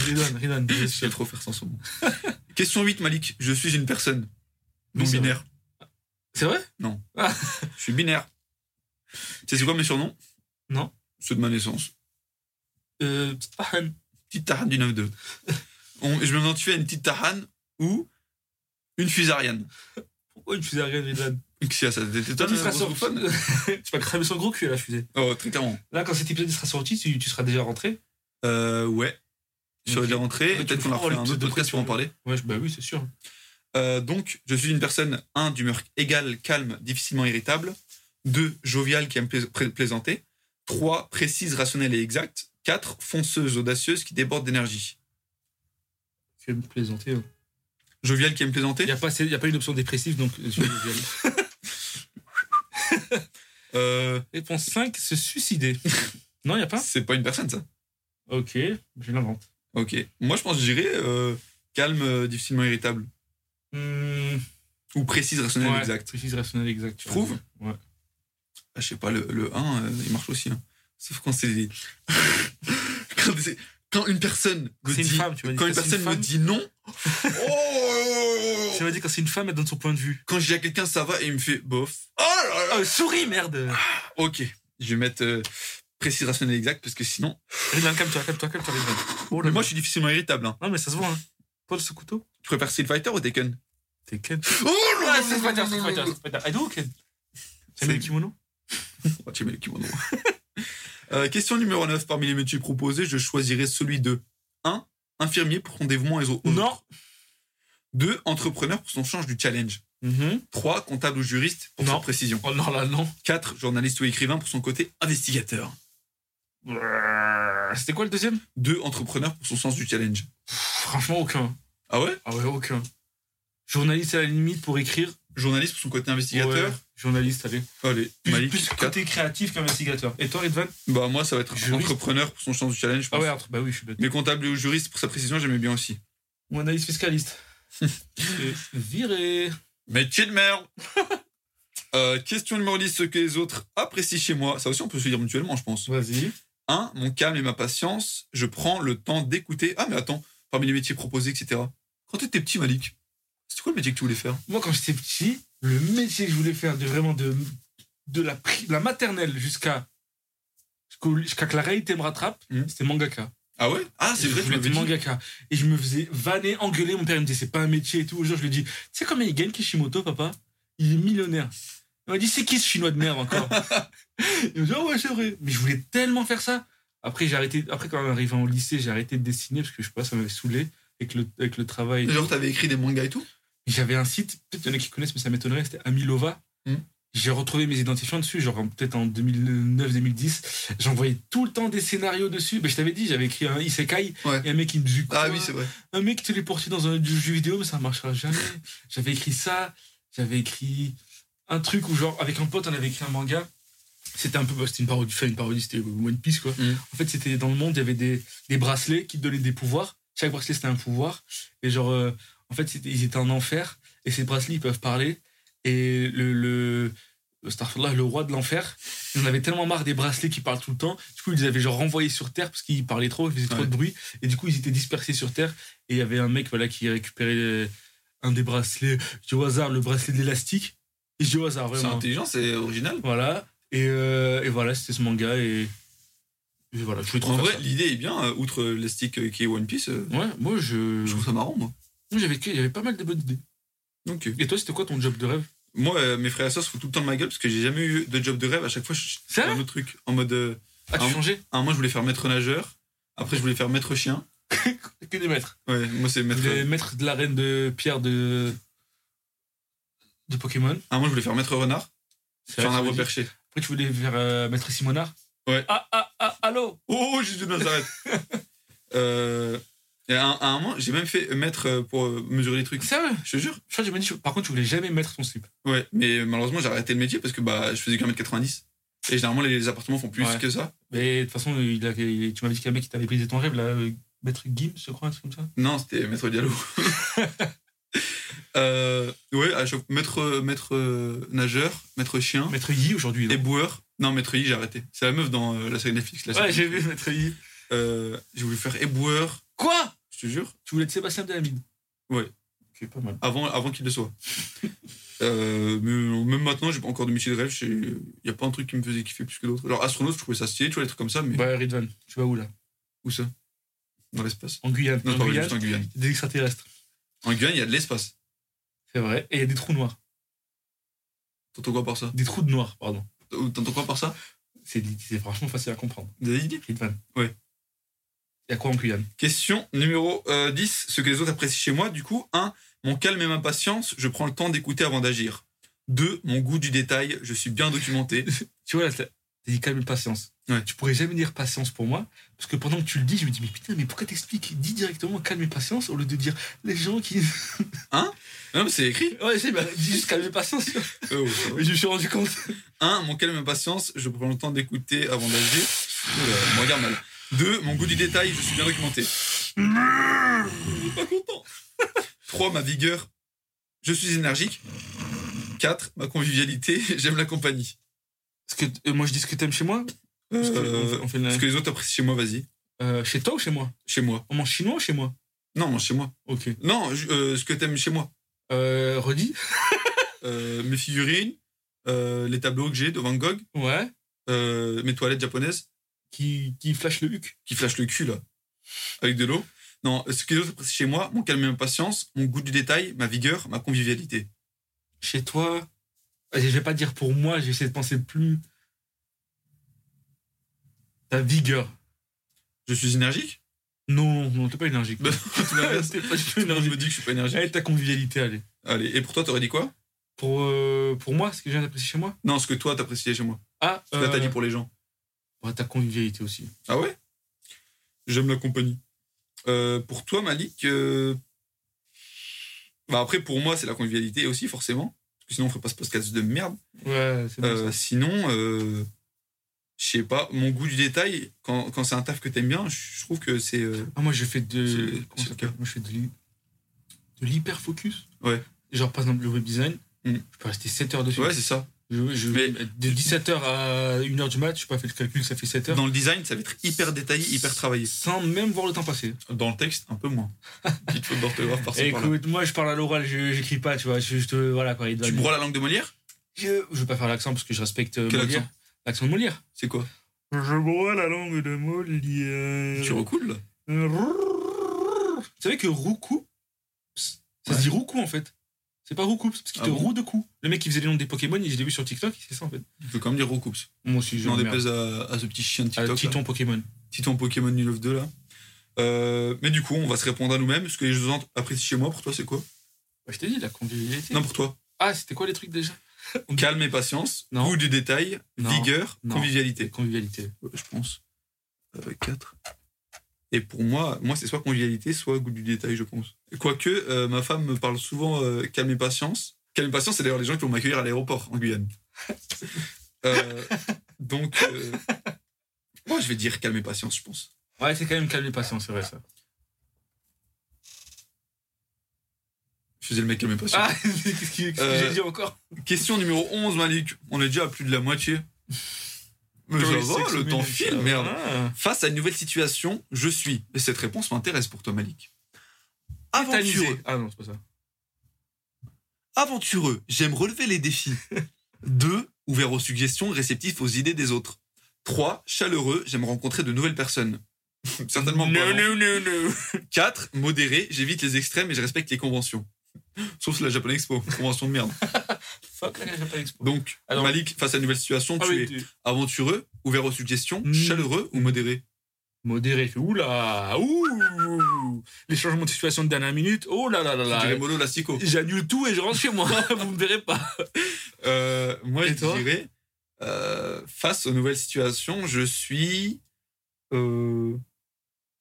Ridan, Ridan, bien [laughs] Je sais sûr. trop faire sans son nom. [laughs] Question 8, Malik. Je suis une personne. Oui, Non c'est binaire. C'est vrai Je suis binaire. Tu sais, c'est quoi mes surnoms Non. Ceux de ma naissance. euh, petite Pahan. petite tahane du 9-2. [laughs] On- je m'identifie à une petite tahane ou une fusariane. Pourquoi une fusée à rien, Ridan Qu'est-ce qu'il y a, ça Toi, t'étonne tu euh, seras gros sur. [laughs] fun tu vas cramer son gros cul à la fusée. Oh, très clairement. Là, quand cet épisode il sera sorti, tu, tu seras déjà rentré. Euh, ouais. Je suis Ok. déjà rentré. Ouais, et tu Peut-être me qu'on a feras refait un l'épisode autre de podcast pour en parler. Ouais, je- bah oui, c'est sûr. Euh, donc, je suis une personne, 1, d'humeur égale, calme, difficilement irritable. 2, joviale, qui aime plais- pré- plaisanter. 3, précise, rationnelle et exacte. 4, fonceuse, audacieuse, qui déborde d'énergie. Tu vas me plaisanter. hein. Joviale, qui aime Il plaisanter. n'y a, pas- c'est- il y a pas une option dépressive, donc. euh, tu vas le dire. Euh, [laughs] Réponse 5, se suicider. non, il n'y a pas c'est pas une personne, ça. Ok, je l'invente. Ok. Moi, je pense que je dirais euh, calme, euh, difficilement irritable. Hmm, Ou précise, rationnelle, ouais, exacte. Précise rationnelle exacte. Tu trouves Ouais. Ah, je sais pas, le, le 1, euh, il marche aussi. hein. Sauf quand c'est. des- [laughs] quand, c'est- quand une personne me C'est une dit. femme, tu m'as dit quand que une c'est une personne femme. me dit [laughs] non. Ça oh veut dire quand c'est une femme, elle donne son point de vue. Quand je dis à quelqu'un ça va et il me fait bof. Oh là là Oh, souris, merde Ok. Je vais mettre euh, précise, rationnelle, exacte parce que sinon. Ridvan, calme-toi, calme-toi, calme-toi, Ridvan. Mais moi, je suis difficilement irritable. hein. Non, mais ça se voit, hein. Paul, ce couteau Tu préfères Street Fighter ou Tekken T'es Ken. Oh là Ah, c'est Spider, c'est Spider, c'est Spider. Ah, non, Ken T'aimes le kimono Oh, tu mets le kimono. [laughs] Euh, question numéro 9. Parmi les métiers proposés, je choisirais celui de 1. Infirmier pour son dévouement aux autres. Non 2. Entrepreneur pour son change du challenge. Mhm. 3. Comptable ou juriste pour Non. sa précision. Oh non, là, non. 4. Journaliste ou écrivain pour son côté investigateur. Euh, C'était quoi le deuxième 2. Entrepreneur pour son sens du challenge. Pff, Franchement, aucun. Ah ouais Ah ouais, aucun. Journaliste à la limite pour écrire. Journaliste pour son côté investigateur. Ouais, journaliste, allez. Allez, Plus, Malik. plus quatre. côté créatif qu'investigateur. Et toi, Edvan Bah, moi, ça va être Juriste. entrepreneur pour son sens du challenge. je Ah pense. ouais, entre- bah oui, je suis bête. Mais comptable ou juriste pour sa précision, j'aimais bien aussi. Ou analyste [laughs] fiscaliste. Je- Viré. Métier de [laughs] merde Euh, Question numéro 10, ce que les autres apprécient chez moi. Ça aussi, on peut se le dire mutuellement, je pense. Vas-y. 1. Mon calme et ma patience. Je prends le temps d'écouter. Ah, mais attends, parmi les métiers proposés, etc. Quand t'étais petit, Malik, c'était quoi le métier que tu voulais faire Moi, quand j'étais petit, le métier que je voulais faire de vraiment de, de, la, pri- de la maternelle jusqu'à jusqu'au- jusqu'à que la réalité me rattrape, Mhm. c'était mangaka. Ah ouais Ah, c'est Je vrai, tu voulais m'avais être dit. mangaka. Et je me faisais vanner, engueuler. Mon père il me disait, c'est pas un métier et tout. Aujourd'hui, je lui dis, tu sais combien il gagne Kishimoto, papa Il est millionnaire. Il m'a dit, c'est qui ce chinois de merde [laughs] encore Il me dit, ah ouais, c'est vrai. Mais je voulais tellement faire ça. Après, j'ai arrêté. Après, quand on arrivé au lycée, j'ai arrêté de dessiner parce que je sais pas, ça m'avait saoulé avec le, avec le travail. et Genre, t'avais écrit des mangas et tout j'avais un site, peut-être qu'il y en a qui connaissent, mais ça m'étonnerait, c'était Amilova. Mhm. J'ai retrouvé mes identifiants dessus, genre en- peut-être en 2009-2010. J'envoyais tout le temps des scénarios dessus. Mais je t'avais dit, j'avais écrit un Isekai Ouais. et un mec qui me dit Ah quoi oui, c'est vrai. Un mec téléporté dans un jeu vidéo, mais ça ne marchera [laughs] jamais. j'avais écrit ça, j'avais écrit un truc où, genre, avec un pote, on avait écrit un manga. C'était un peu, bah, c'était une parodie, enfin, une parodie, c'était One Piece quoi. Mhm. En fait, c'était dans le monde, il y avait des, des bracelets qui te donnaient des pouvoirs. Chaque bracelet, c'était un pouvoir. Et genre, euh, en fait, c'était- ils étaient en enfer. Et ces bracelets, ils peuvent parler. Et le, le, Starfire, le roi de l'enfer, il en avait tellement marre des bracelets qui parlent tout le temps. Du coup, ils les avaient genre renvoyés sur Terre parce qu'ils parlaient trop, ils faisaient trop Ouais. de bruit. Et du coup, ils étaient dispersés sur Terre. Et il y avait un mec voilà, qui récupérait euh, un des bracelets. Je dis au hasard, le bracelet de l'élastique. Et je dis au hasard, C'est vraiment. intelligent, c'est original. Voilà. Et, euh, et voilà, c'était ce manga. Et, et voilà, je voulais trop En faire vrai, l'idée est bien, euh, outre le stick euh, qui est One Piece, euh, ça. Ouais, moi, je. je trouve ça marrant, moi. Moi, j'avais que- il y avait pas mal de bonnes idées. Donc, euh, Et toi, c'était quoi ton job de rêve moi, euh, mes frères et sœurs se foutent tout le temps de ma gueule parce que j'ai jamais eu de job de rêve. À chaque fois, je suis Ça un autre truc. En mode. euh, As-tu Ah. changé Ah, moi, je voulais faire maître nageur. Après, je voulais faire maître chien. [laughs] Que des maîtres. Ouais, moi, c'est Je maître. voulais mettre de la reine de pierre de. de Pokémon. Ah, moi, je voulais faire maître renard. C'est Sur vrai, un ça arbre veut dire. perché. Après, tu voulais faire euh, maître Simonard Ouais. Ah, ah, ah, allô Oh, Jésus de [laughs] Nazareth euh, et à, un, à un moment, j'ai même fait maître euh, pour euh, mesurer les trucs. Sérieux Je te jure. Je crois que j'ai même dit, par contre, tu voulais jamais mettre ton slip. Ouais, mais malheureusement, j'ai arrêté le métier parce que bah, je faisais qu'un mètre 90. Et généralement, les appartements font plus Ouais. que ça. Mais de toute façon, il a- il- tu m'avais dit qu'il y a un mec qui t'avait brisé ton rêve, là, euh, maître Gims, je crois, un truc comme ça. Non, c'était [laughs] maître Diallo. [laughs] euh, ouais, à chaque- maître, maître euh, nageur, maître chien, Maître Yi aujourd'hui. non éboueur. Non, maître I, j'ai arrêté. C'est la meuf dans euh, la série Netflix. La Ouais, série. j'ai vu maître Yi. Euh, j'ai voulu faire éboueur, Quoi je te jure, Tu voulais être Sébastien Delamine Ouais. Ok, pas mal. avant, avant qu'il le soit. Euh, mais même maintenant, j'ai pas encore de métier de rêve. Il y a pas un truc qui me faisait kiffer plus que l'autre. Genre astronaute, je trouvais ça stylé, tu vois, les trucs comme ça, mais Bah, Ridvan, tu vas où là où ça Dans l'espace En Guyane. Non, je en parlais Guyane, juste en Guyane. des extraterrestres. En Guyane, il y a de l'espace. C'est vrai. Et il y a des trous noirs. T'entends quoi par ça Des trous de noirs, pardon. Ou T'entends quoi par ça C'est c'est franchement facile à comprendre. Des idées Ridvan. Ouais. Il y a quoi en Guyane Question numéro euh, 10. Ce que les autres apprécient chez moi, du coup, 1. Mon calme et ma patience, je prends le temps d'écouter avant d'agir. 2. Mon goût du détail, je suis bien documenté. Tu vois, là, t'as t'as dit calme et patience. Ouais. Tu pourrais jamais dire patience pour moi, parce que pendant que tu le dis, je me dis, mais putain, mais pourquoi t'expliques Dis directement calme et patience au lieu de dire les gens [laughs] qui. non, mais c'est écrit. Ouais, c'est, bah, dis juste calme et [laughs] patience. Oh, ça va. Mais je me suis rendu compte. 1. Mon calme et ma patience, je prends le temps d'écouter avant d'agir. Oula, je me regarde mal. 2. Mon goût du détail, je suis bien documenté. Je suis pas content. 3. Ma vigueur, je suis énergique. 4. Ma convivialité, [laughs] j'aime la compagnie. Parce que euh, moi, je dis ce que t'aimes chez moi. Parce que, Euh, on fait- on fait la- ce que les autres apprécient chez moi, vas-y. Euh, chez toi ou chez moi Chez moi. On mange chinois ou chez moi Non, moi, chez moi. Ok. Non, je- euh, ce que t'aimes chez moi. Euh, redis Euh, mes figurines, euh, les tableaux que j'ai de Van Gogh, Ouais. euh, mes toilettes japonaises Qui, qui flash le huc qui flashent le cul, là, avec de l'eau. Non, ce que les autres apprécient chez moi, mon calme et ma patience, mon goût du détail, ma vigueur, ma convivialité. Chez toi. Je vais pas dire pour moi, je vais essayer de penser plus. Ta vigueur. Je suis énergique [laughs] Non, non, t'es pas énergique. Bah, Tout T'es l'inverse. pas du tout Tout le [laughs] monde énergique. me dit que je suis pas énergique. Allez, ta convivialité, allez. Allez, et pour toi, t'aurais dit quoi Pour, euh, pour moi, ce que j'ai apprécié chez moi Non, ce que toi, t'appréciais chez moi. Ah, Ce que euh, t'as dit pour les gens. bah, ta convivialité aussi. Ah ouais J'aime la compagnie. Euh, pour toi, Malik, euh, bah après, pour moi, c'est la convivialité aussi, forcément. Parce que sinon, on ferait pas ce podcast de merde. Ouais, c'est bon. Euh, ça. sinon, euh, je sais pas, mon goût du détail, quand, quand c'est un taf que t'aimes bien, je trouve que c'est. euh, Ah, moi, je fais de. c'est- comment ça c'est le s'appelle Moi, je fais de l'hy- de l'hyper focus. Ouais. Genre, par exemple, le web design, Mm. je peux rester 7 heures dessus. Ouais, c'est ça. je, je- Mais- de 17h à 1h du mat, je n'ai pas fait le calcul, ça fait 7 heures. Dans le design, ça va être hyper détaillé, hyper travaillé. Sans même voir le temps passer. Dans le texte, un [laughs] peu moins. Petite faute d'orthographe par-ci par-là. Écoute, moi je parle à l'oral, je j'écris pas, tu vois. Je, je te, voilà quoi. Il doit Tu broies la langue de Molière je, je veux pas faire l'accent parce que je respecte euh, Quel Molière. L'accent de Molière. C'est quoi Je broie la langue de Molière. Tu recoules là Vous savez que Roucou, ça Ouais. se dit Roucou en fait. C'est pas Roucou, parce qu'il Ah te bon roue de coups. Le mec qui faisait les noms des Pokémon, je l'ai vu sur TikTok, c'est ça en fait. Tu peux quand même dire recoupe. Moi aussi, je J'en m'emmerde. dépèse à, à ce petit chien de Ah, TikTok. là. Titon Pokémon. Titon Pokémon 9-2 là. Euh, mais du coup, on va se répondre à nous-mêmes. Ce que les gens apprécient chez moi, pour toi, c'est quoi Bah, je t'ai dit, la convivialité. Non, pour toi. Ah, c'était quoi les trucs déjà Calme et patience, Non. goût du détail, Non. vigueur, Non. convivialité. Convivialité. Euh, Je pense. 4. Et pour moi, moi c'est soit convivialité, soit goût du détail, je pense. Quoique, euh, ma femme me parle souvent euh, calme et patience. Calme et patience, c'est d'ailleurs les gens qui vont m'accueillir à l'aéroport en [laughs] Guyane. Euh, donc, euh, moi je vais dire calme et patience, je pense. Ouais, c'est quand même calme et patient, c'est vrai ça. Je faisais le mec calme et patience. [laughs] Ah, qu'est-ce que- qu'est-ce que Euh, j'ai dit encore Question numéro 11, Malik. On est déjà à plus de la moitié. Mais ça Dans les va, six le minutes, temps ça file, va. merde. Ah. Face à une nouvelle situation, je suis. Et cette réponse m'intéresse pour toi, Malik. Aventureux. Tétanisé. Ah non, c'est pas ça. Aventureux, j'aime relever [laughs] les défis. 2. Ouvert aux suggestions, réceptif aux idées des autres. 3. Chaleureux, j'aime rencontrer de nouvelles personnes. [laughs] Certainement pas. non, non. non, non. 4. Modéré, j'évite les extrêmes et je respecte les conventions. [laughs] Sauf la Japan Expo, convention de merde. Fuck, la j'ai pas l'expo. Donc, Alors- Malik, face à une nouvelle situation, Ah tu oui, es tu- aventureux, ouvert aux suggestions, Mm. chaleureux ou modéré Modéré, fait oula, ouh, les changements de situation de dernière minute, oh là là là Je dirais là. mollo lastico. J'annule tout et je rentre chez [laughs] moi, vous me verrez pas. Euh, moi, Et je toi dirais, euh, face aux nouvelles situations, je suis. Euh...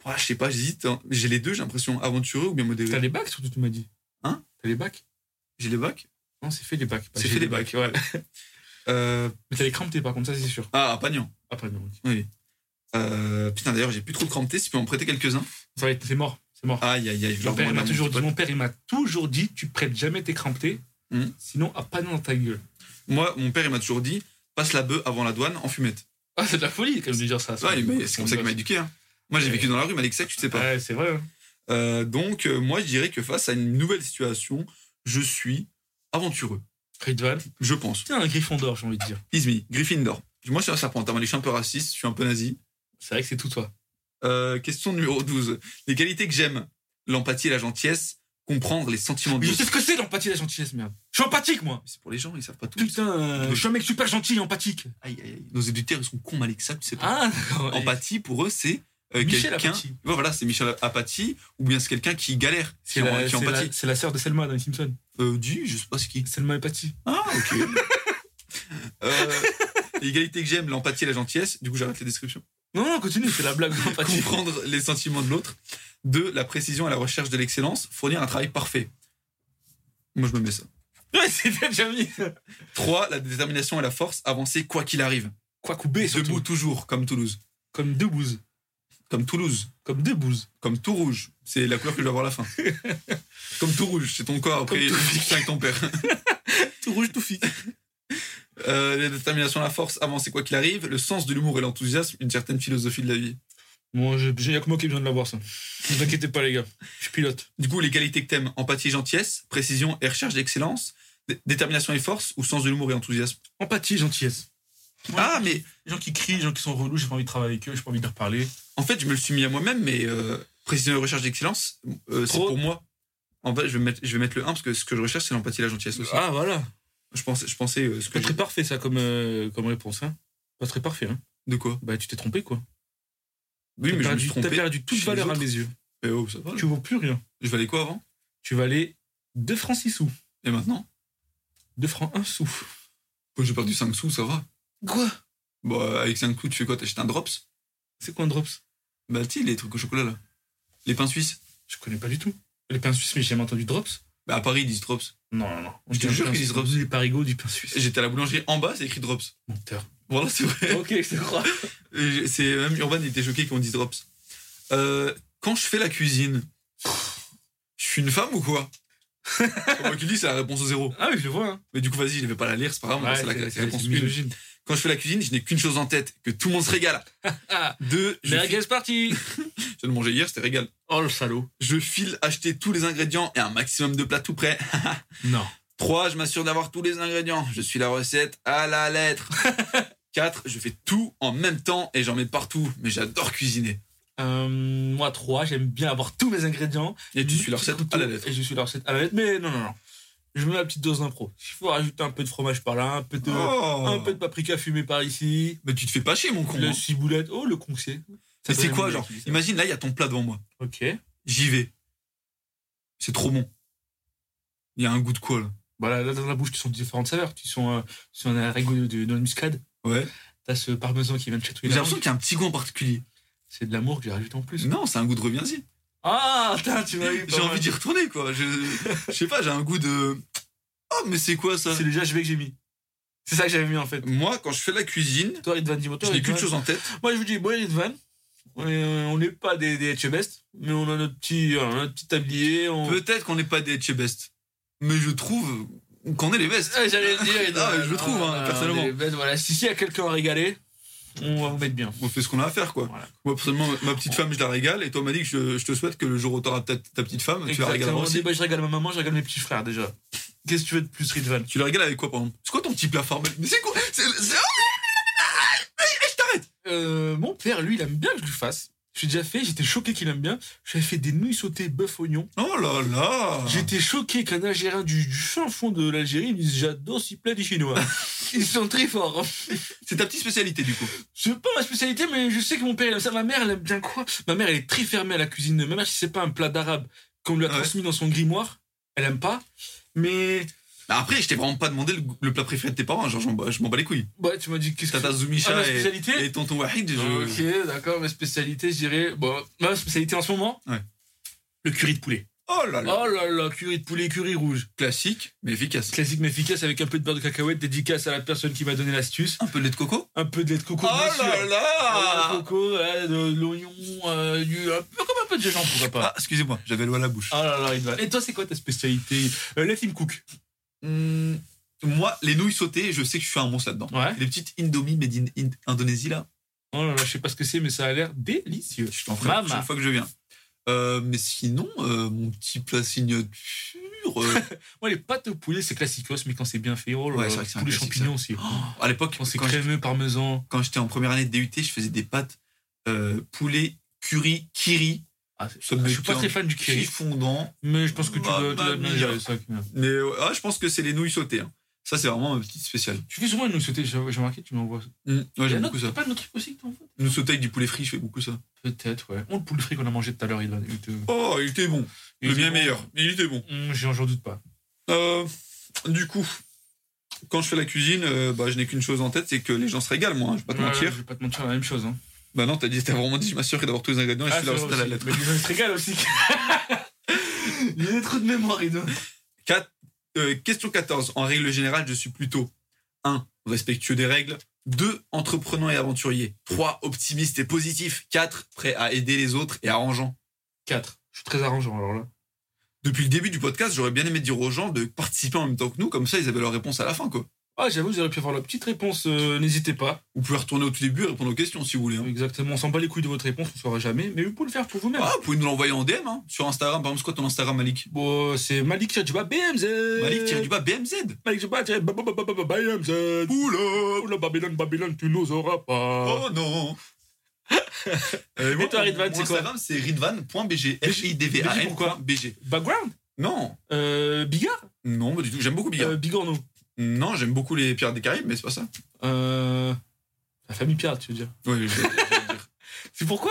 ouah, je sais pas, j'hésite. hein. J'ai les deux, j'ai l'impression. Aventureux ou bien T'as modéré les bacs surtout, tu m'as dit. Hein T'as les bacs J'ai les bacs Non, c'est fait les bacs. C'est fait les bacs, ouais. Euh, Mais t'as les crampes, t'es par contre, ça c'est sûr. Ah, à Pagnan. Après, non. ok. Euh, Putain, d'ailleurs, j'ai plus trop de crampes. Si tu peux en prêter quelques-uns. Ça va être, c'est mort, c'est mort. Aïe, aïe, aïe. je Mon leur père, il demande à m'a mon toujours petit dit, mon père, il m'a toujours dit, tu prêtes jamais tes crampes, Hmm. sinon, à pas dans ta gueule. pote. Moi, mon père, il m'a toujours dit passe la bœuf avant la douane en fumette. Ah, c'est de la folie, comme de dire ça. Ouais, mais c'est comme ça qu'il m'a éduqué. hein. Moi, j'ai Ouais. vécu dans la rue, Malik Sec, tu sais pas. Ouais, c'est vrai. hein. Euh, donc, euh, moi, je dirais que face à une nouvelle situation, je suis aventureux. Ridvan, Je pense. t'es un griffon d'or, j'ai envie de dire. Izmi, Gryffindor. Moi, je suis un serpent. Je suis un peu raciste, je suis un peu nazi. C'est vrai que c'est tout toi. Euh, question numéro 12. Les qualités que j'aime l'empathie et la gentillesse, comprendre les sentiments de Je sais l'autre. ce que c'est l'empathie et la gentillesse, merde. Je suis empathique, moi. C'est pour les gens, ils savent pas tout. Putain, euh, je suis un mec super gentil et empathique. Aïe, aïe, aïe. Nos éditeurs, ils sont cons, Malik, ça, tu sais pas. Ah, d'accord. Empathie, pour eux, c'est euh, Michel quelqu'un. Apathy. Ouais, voilà, c'est Michel Apathy, ou bien c'est quelqu'un qui galère, qui, C'est en- la, qui c'est la- empathie. c'est la sœur de Selma dans les Simpsons. Euh, dis, je sais pas ce qui. Selma et Patty. Ah, ok. [laughs] euh, l'égalité que j'aime, l'empathie et la gentillesse. Du coup, j'arrête les descriptions. Non, non, continue, c'est la blague de l'empathie. Comprendre les sentiments de l'autre. Deux, la précision et la recherche de l'excellence. Fournir un travail parfait. Moi, je me mets ça. [laughs] Ouais, c'est déjà mis. Trois, la détermination et la force. Avancer quoi qu'il arrive. Quoi couper, Debout surtout. toujours, comme Toulouse. Comme deux bouses. Comme Toulouse. Comme deux bouses. Comme tout rouge. C'est la couleur que je vais avoir à [laughs] la fin. comme tout rouge, c'est ton corps. Après, Comme tout fixe avec ton père. [laughs] Tout rouge, tout fixe. Euh, la détermination, la force, avancer quoi qu'il arrive. Le sens de l'humour et l'enthousiasme. Une certaine philosophie de la vie. Bon, il n'y a que moi qui ai besoin de l'avoir, ça. Ne vous inquiétez pas, les gars. Je pilote. Du coup, les qualités que t'aimes, empathie et gentillesse, précision et recherche d'excellence, dé- détermination et force, ou sens de l'humour et enthousiasme. Empathie, gentillesse. Ouais. Ah, mais Les gens qui crient, les gens qui sont relous, j'ai pas envie de travailler avec eux, j'ai pas envie de leur parler. en fait, je me le suis mis à moi-même, mais euh, précision et recherche d'excellence, euh, c'est Trop. pour moi. En fait, je vais, mettre, je vais mettre le 1 parce que ce que je recherche, c'est l'empathie et la gentillesse aussi. Ah, voilà. Je pensais, je pensais euh, ce que Pas je- très parfait, ça, comme, euh, comme réponse. Hein. Pas très parfait. Hein. De quoi Bah, tu t'es trompé, quoi. T'as Oui, mais je me perdu- suis T'as trompé. perdu toute chez les valeur à autres. mes yeux. Eh oh, ça va, Tu vaux plus rien. Je valais quoi avant Tu vas aller 2 francs 6 sous. Et maintenant 2 francs 1 sou. Moi, j'ai perdu 5 sous, ça va. Quoi Bah, avec 5 sous, tu fais quoi T'achètes un drops C'est quoi un drops Bah, tu sais, les trucs au chocolat, là. Les pains suisses. Je connais pas du tout. Les pains suisses, mais j'ai jamais entendu drops. Bah, à Paris, ils disent drops. Non, non, non. Je te un jure pain qu'ils disent suisse, drops. Du parigo, du pain suisse. J'étais à la boulangerie en bas, c'est écrit drops. Menteur. Voilà, c'est vrai. [laughs] ok, je te crois. Et C'est même Urban il était choqué qu'on dise drops. Euh, quand je fais la cuisine, je suis une femme ou quoi C'est Moi qui le dis, c'est la réponse au zéro. Ah oui, je le vois. Hein. Mais du coup, vas-y, je ne vais pas la lire, c'est pas grave, on va Ouais, passer à la, c'est- la réponse c'est une. misogyne. Quand je fais la cuisine, je n'ai qu'une chose en tête, que tout le monde se régale. Ah, Deux, je, la file, guest party je viens de manger hier, c'était régal. [laughs] Oh le salaud. Je file acheter tous les ingrédients et un maximum de plats tout prêts. Non. 3. Je m'assure d'avoir tous les ingrédients. Je suis la recette à la [laughs] lettre. 4. Je fais tout en même temps et j'en mets partout. Mais j'adore cuisiner. Euh, moi, 3, j'aime bien avoir tous mes ingrédients. Et tu Mon suis la petit recette couteau, à la lettre. Et je suis la recette à la lettre. Mais non, non, non. Je mets ma petite dose d'impro. Il faut rajouter un peu de fromage par là, un peu de, un peu de paprika fumé par ici, Mais tu te fais pas chier, mon Oh. con. Oh. le hein. ciboulette. Oh, le concier. Mais c'est quoi, genre Imagine, là, il y a ton plat devant moi. Ok. J'y vais. C'est trop bon. Il y a un goût de quoi, là Voilà, Bah, là, dans la bouche, qui sont différentes saveurs. Tu sont, euh, si on a un ragoût de, de, de muscade, Ouais. t'as ce parmesan qui vient de J'ai chatouiller. la l'impression langue. qu'il y a un petit goût en particulier. C'est de l'amour que j'ai rajouté en plus. Non, c'est un goût de reviens-y. Ah, putain, tu m'as eu. pas J'ai mal. envie d'y retourner, quoi. Je, je sais pas, j'ai un goût de. Oh, mais c'est quoi ça C'est déjà, je vais que j'ai mis. C'est ça que j'avais mis en fait. Moi, quand je fais la cuisine, Toi, Ridvan, dis-moi. toi, je n'ai Ridvan. qu'une chose en tête. Moi, je vous dis, moi, Ridvan, on est- on n'est pas des, des HMS, mais on a notre petit, euh, notre petit tablier. On... Peut-être qu'on n'est pas des chez Best, mais je trouve qu'on est les best. Ah, J'allais [laughs] le dire. Ah, Ridvan, je le trouve, hein, on est- personnellement. ben, voilà, si s'il y a quelqu'un à régaler, on va vous mettre bien. On fait ce qu'on a à faire, quoi. Voilà. Moi, personnellement, ma petite femme, je la régale, et toi, m'a dit que je, je te souhaite que le jour où t'auras ta, ta petite femme, tu la régales Exactement. aussi. Moi, je régale ma maman, je régale mes petits frères déjà. Qu'est-ce que tu veux de plus, Ridvan Tu la régales avec quoi, par exemple C'est quoi ton petit plat formel Mais c'est quoi C'est c'est- Euh, mon père, lui, il aime bien que je lui fasse. J'ai déjà fait, j'étais choqué qu'il aime bien. J'avais fait des nouilles sautées bœuf oignon. Oh là là J'étais choqué qu'un Algérien du, du fin fond de l'Algérie me dise J'adore s'il plaît des [laughs] Chinois. Ils sont très forts. C'est ta petite spécialité, du coup. C'est pas ma spécialité, mais je sais que mon père il aime ça. Ma mère, elle aime bien quoi Ma mère, elle est très fermée à la cuisine. Ma mère, si c'est pas un plat d'arabe qu'on lui a Ouais. transmis dans son grimoire, elle aime pas. Mais Bah, Après, je t'ai vraiment pas demandé le, goût- le plat préféré de tes parents, hein. genre, j'en bats- je m'en bats les couilles. ouais, tu m'as dit qu'est-ce que T'as ta Ah, Zoumicha ma spécialité Ah, et, et tonton Wahid, je- Ok, d'accord, ma spécialité, je dirais. Bon, ma spécialité en ce moment Ouais. Le curry de poulet. Oh là là Oh là là, curry de poulet, curry rouge. Ah. Classique, mais efficace. Classique mais efficace avec un peu de beurre de cacahuète, dédicace à la personne qui m'a donné l'astuce. Un peu de lait de coco Un peu de lait de coco, Oh bien sûr. là Ah, là de coco, euh, de l'oignon, euh, du, un peu comme un peu de gingembre, pourquoi pas. Ah, excusez-moi, j'avais l'eau à la bouche. Ah là là, Ridvan. Et toi, c'est quoi ta spécialité euh, Let him cook. Hmm, moi, les nouilles sautées, je sais que je suis un monstre là-dedans. Ouais. Les petites Indomie made in, in- Indonésie, là, Oh là là, je sais pas ce que c'est, mais ça a l'air délicieux. je t'en ferai la Mama. prochaine fois que je viens. Euh, mais sinon, euh, mon petit plat signature. [laughs] euh, Moi, les pâtes au poulet, c'est classicos, mais quand c'est bien fait, oh là Ouais, là, c'est vrai que c'est un poulet classique, champignons aussi. à l'époque, Quand c'est quand je- crémeux, parmesan. quand j'étais en première année de DUT, je faisais des pâtes euh, poulet, curry, kiri, Ah, c'est- Ça je me suis pas tient. très fan du kiri curry, fondant. mais je pense que tu Mamma dois, tu dois bien mia. gérer ça. Kina. Mais euh, ah, je pense que c'est les nouilles sautées. hein. Ça, c'est vraiment ma petite spéciale. Tu fais souvent une nouille sautée, j'ai j'ai remarqué, tu m'envoies ça. Hmm, ouais, Y'a un j'aime autre- beaucoup ça. t'as pas notre truc aussi que t'envoies Nous sauter avec du poulet frit, je fais beaucoup ça. Peut-être, ouais. On le poulet frit qu'on a mangé tout à l'heure, il il te- Oh, il était bon. il le était bien bon. meilleur. mais Il était bon. Hum, J'en j'en doute pas. Euh, du coup, quand je fais la cuisine, euh, bah, je n'ai qu'une chose en tête, c'est que les gens se régalent, moi, hein, je vais pas te Ouais, mentir. Je vais pas te mentir, la même chose. Hein. Bah non, t'as dit, t'as vraiment dit, je m'assure d'avoir tous les ingrédients et Ah, je suis la Ah, c'est recette à vrai la aussi. lettre. Mais les gens se régalent aussi. [laughs] il y a des trous de mémoire, il doit. Quatre- euh, question 14. En règle générale, je suis plutôt 1. Respectueux des règles. 2. Entreprenant et aventurier. 3. Optimiste et positif. 4. Prêt à aider les autres et arrangeant. 4. Je suis très arrangeant alors là. Depuis le début du podcast, j'aurais bien aimé dire aux gens de participer en même temps que nous, comme ça ils avaient leur réponse à la fin, quoi. Ah, j'avoue, vous auriez pu avoir la petite réponse, euh, n'hésitez pas. Vous pouvez retourner au tout début et répondre aux questions si vous voulez. hein. Exactement, on s'en bat les couilles de votre réponse, on saura jamais, mais vous pouvez le faire pour vous-même. Ah, vous pouvez nous l'envoyer en DM hein, sur Instagram. Par exemple, c'est quoi ton Instagram, Malik Bon, euh, c'est Malik Tchadjouba BMZ. Malik tire du bas BMZ. Malik Tchadjouba BMZ. Oula Oh la Babylone, Babylone, tu nous auras pas. Oh non Euh, Et toi, Ridvan, mon c'est quoi Instagram, c'est ridvan.bg. BG, F-I-D-V-A-N. pourquoi BG. Background Non, euh, Bigard non, pas du tout. J'aime beaucoup Bigard. Euh, Bigorneau. Non, j'aime beaucoup les Pirates des Caraïbes, mais c'est pas ça. Euh, la famille pirate, tu veux dire. Ouais, je- je vais [laughs] le dire. C'est pourquoi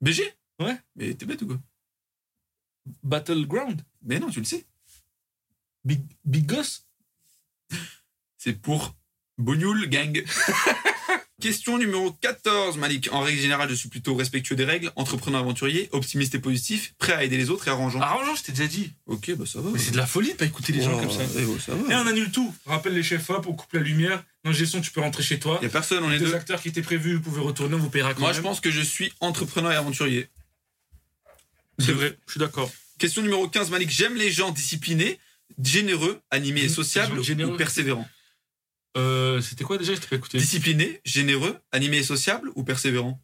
BG Ouais. Mais t'es bête ou quoi Battleground Mais non, tu le sais. Big, Big Goss C'est pour Bougnoul [laughs] Gang. Question numéro 14, Malik. En règle générale, je suis plutôt respectueux des règles, entrepreneur aventurier, optimiste et positif, prêt à aider les autres et arrangeant. Arrangeant, je t'ai déjà dit. Ok, bah ça va. Mais Ah. c'est de la folie de pas écouter les gens comme ça. Eh, oh, ça Et va. on annule tout. Rappelle les chefs up, on coupe la lumière. Non, gestion, tu peux rentrer chez toi. Y a personne, on est Les deux. acteurs qui étaient prévus, vous pouvez retourner, on vous payera quand Moi, je même. pense que je suis entrepreneur et aventurier. C'est vrai, je suis d'accord. Question numéro 15, Malik. J'aime les gens disciplinés, généreux, animés et Mmh, sociables gens généreux. ou persévérants. Euh, C'était quoi déjà Je t'ai pas écouté. Disciplinés, généreux, animés et sociables ou persévérants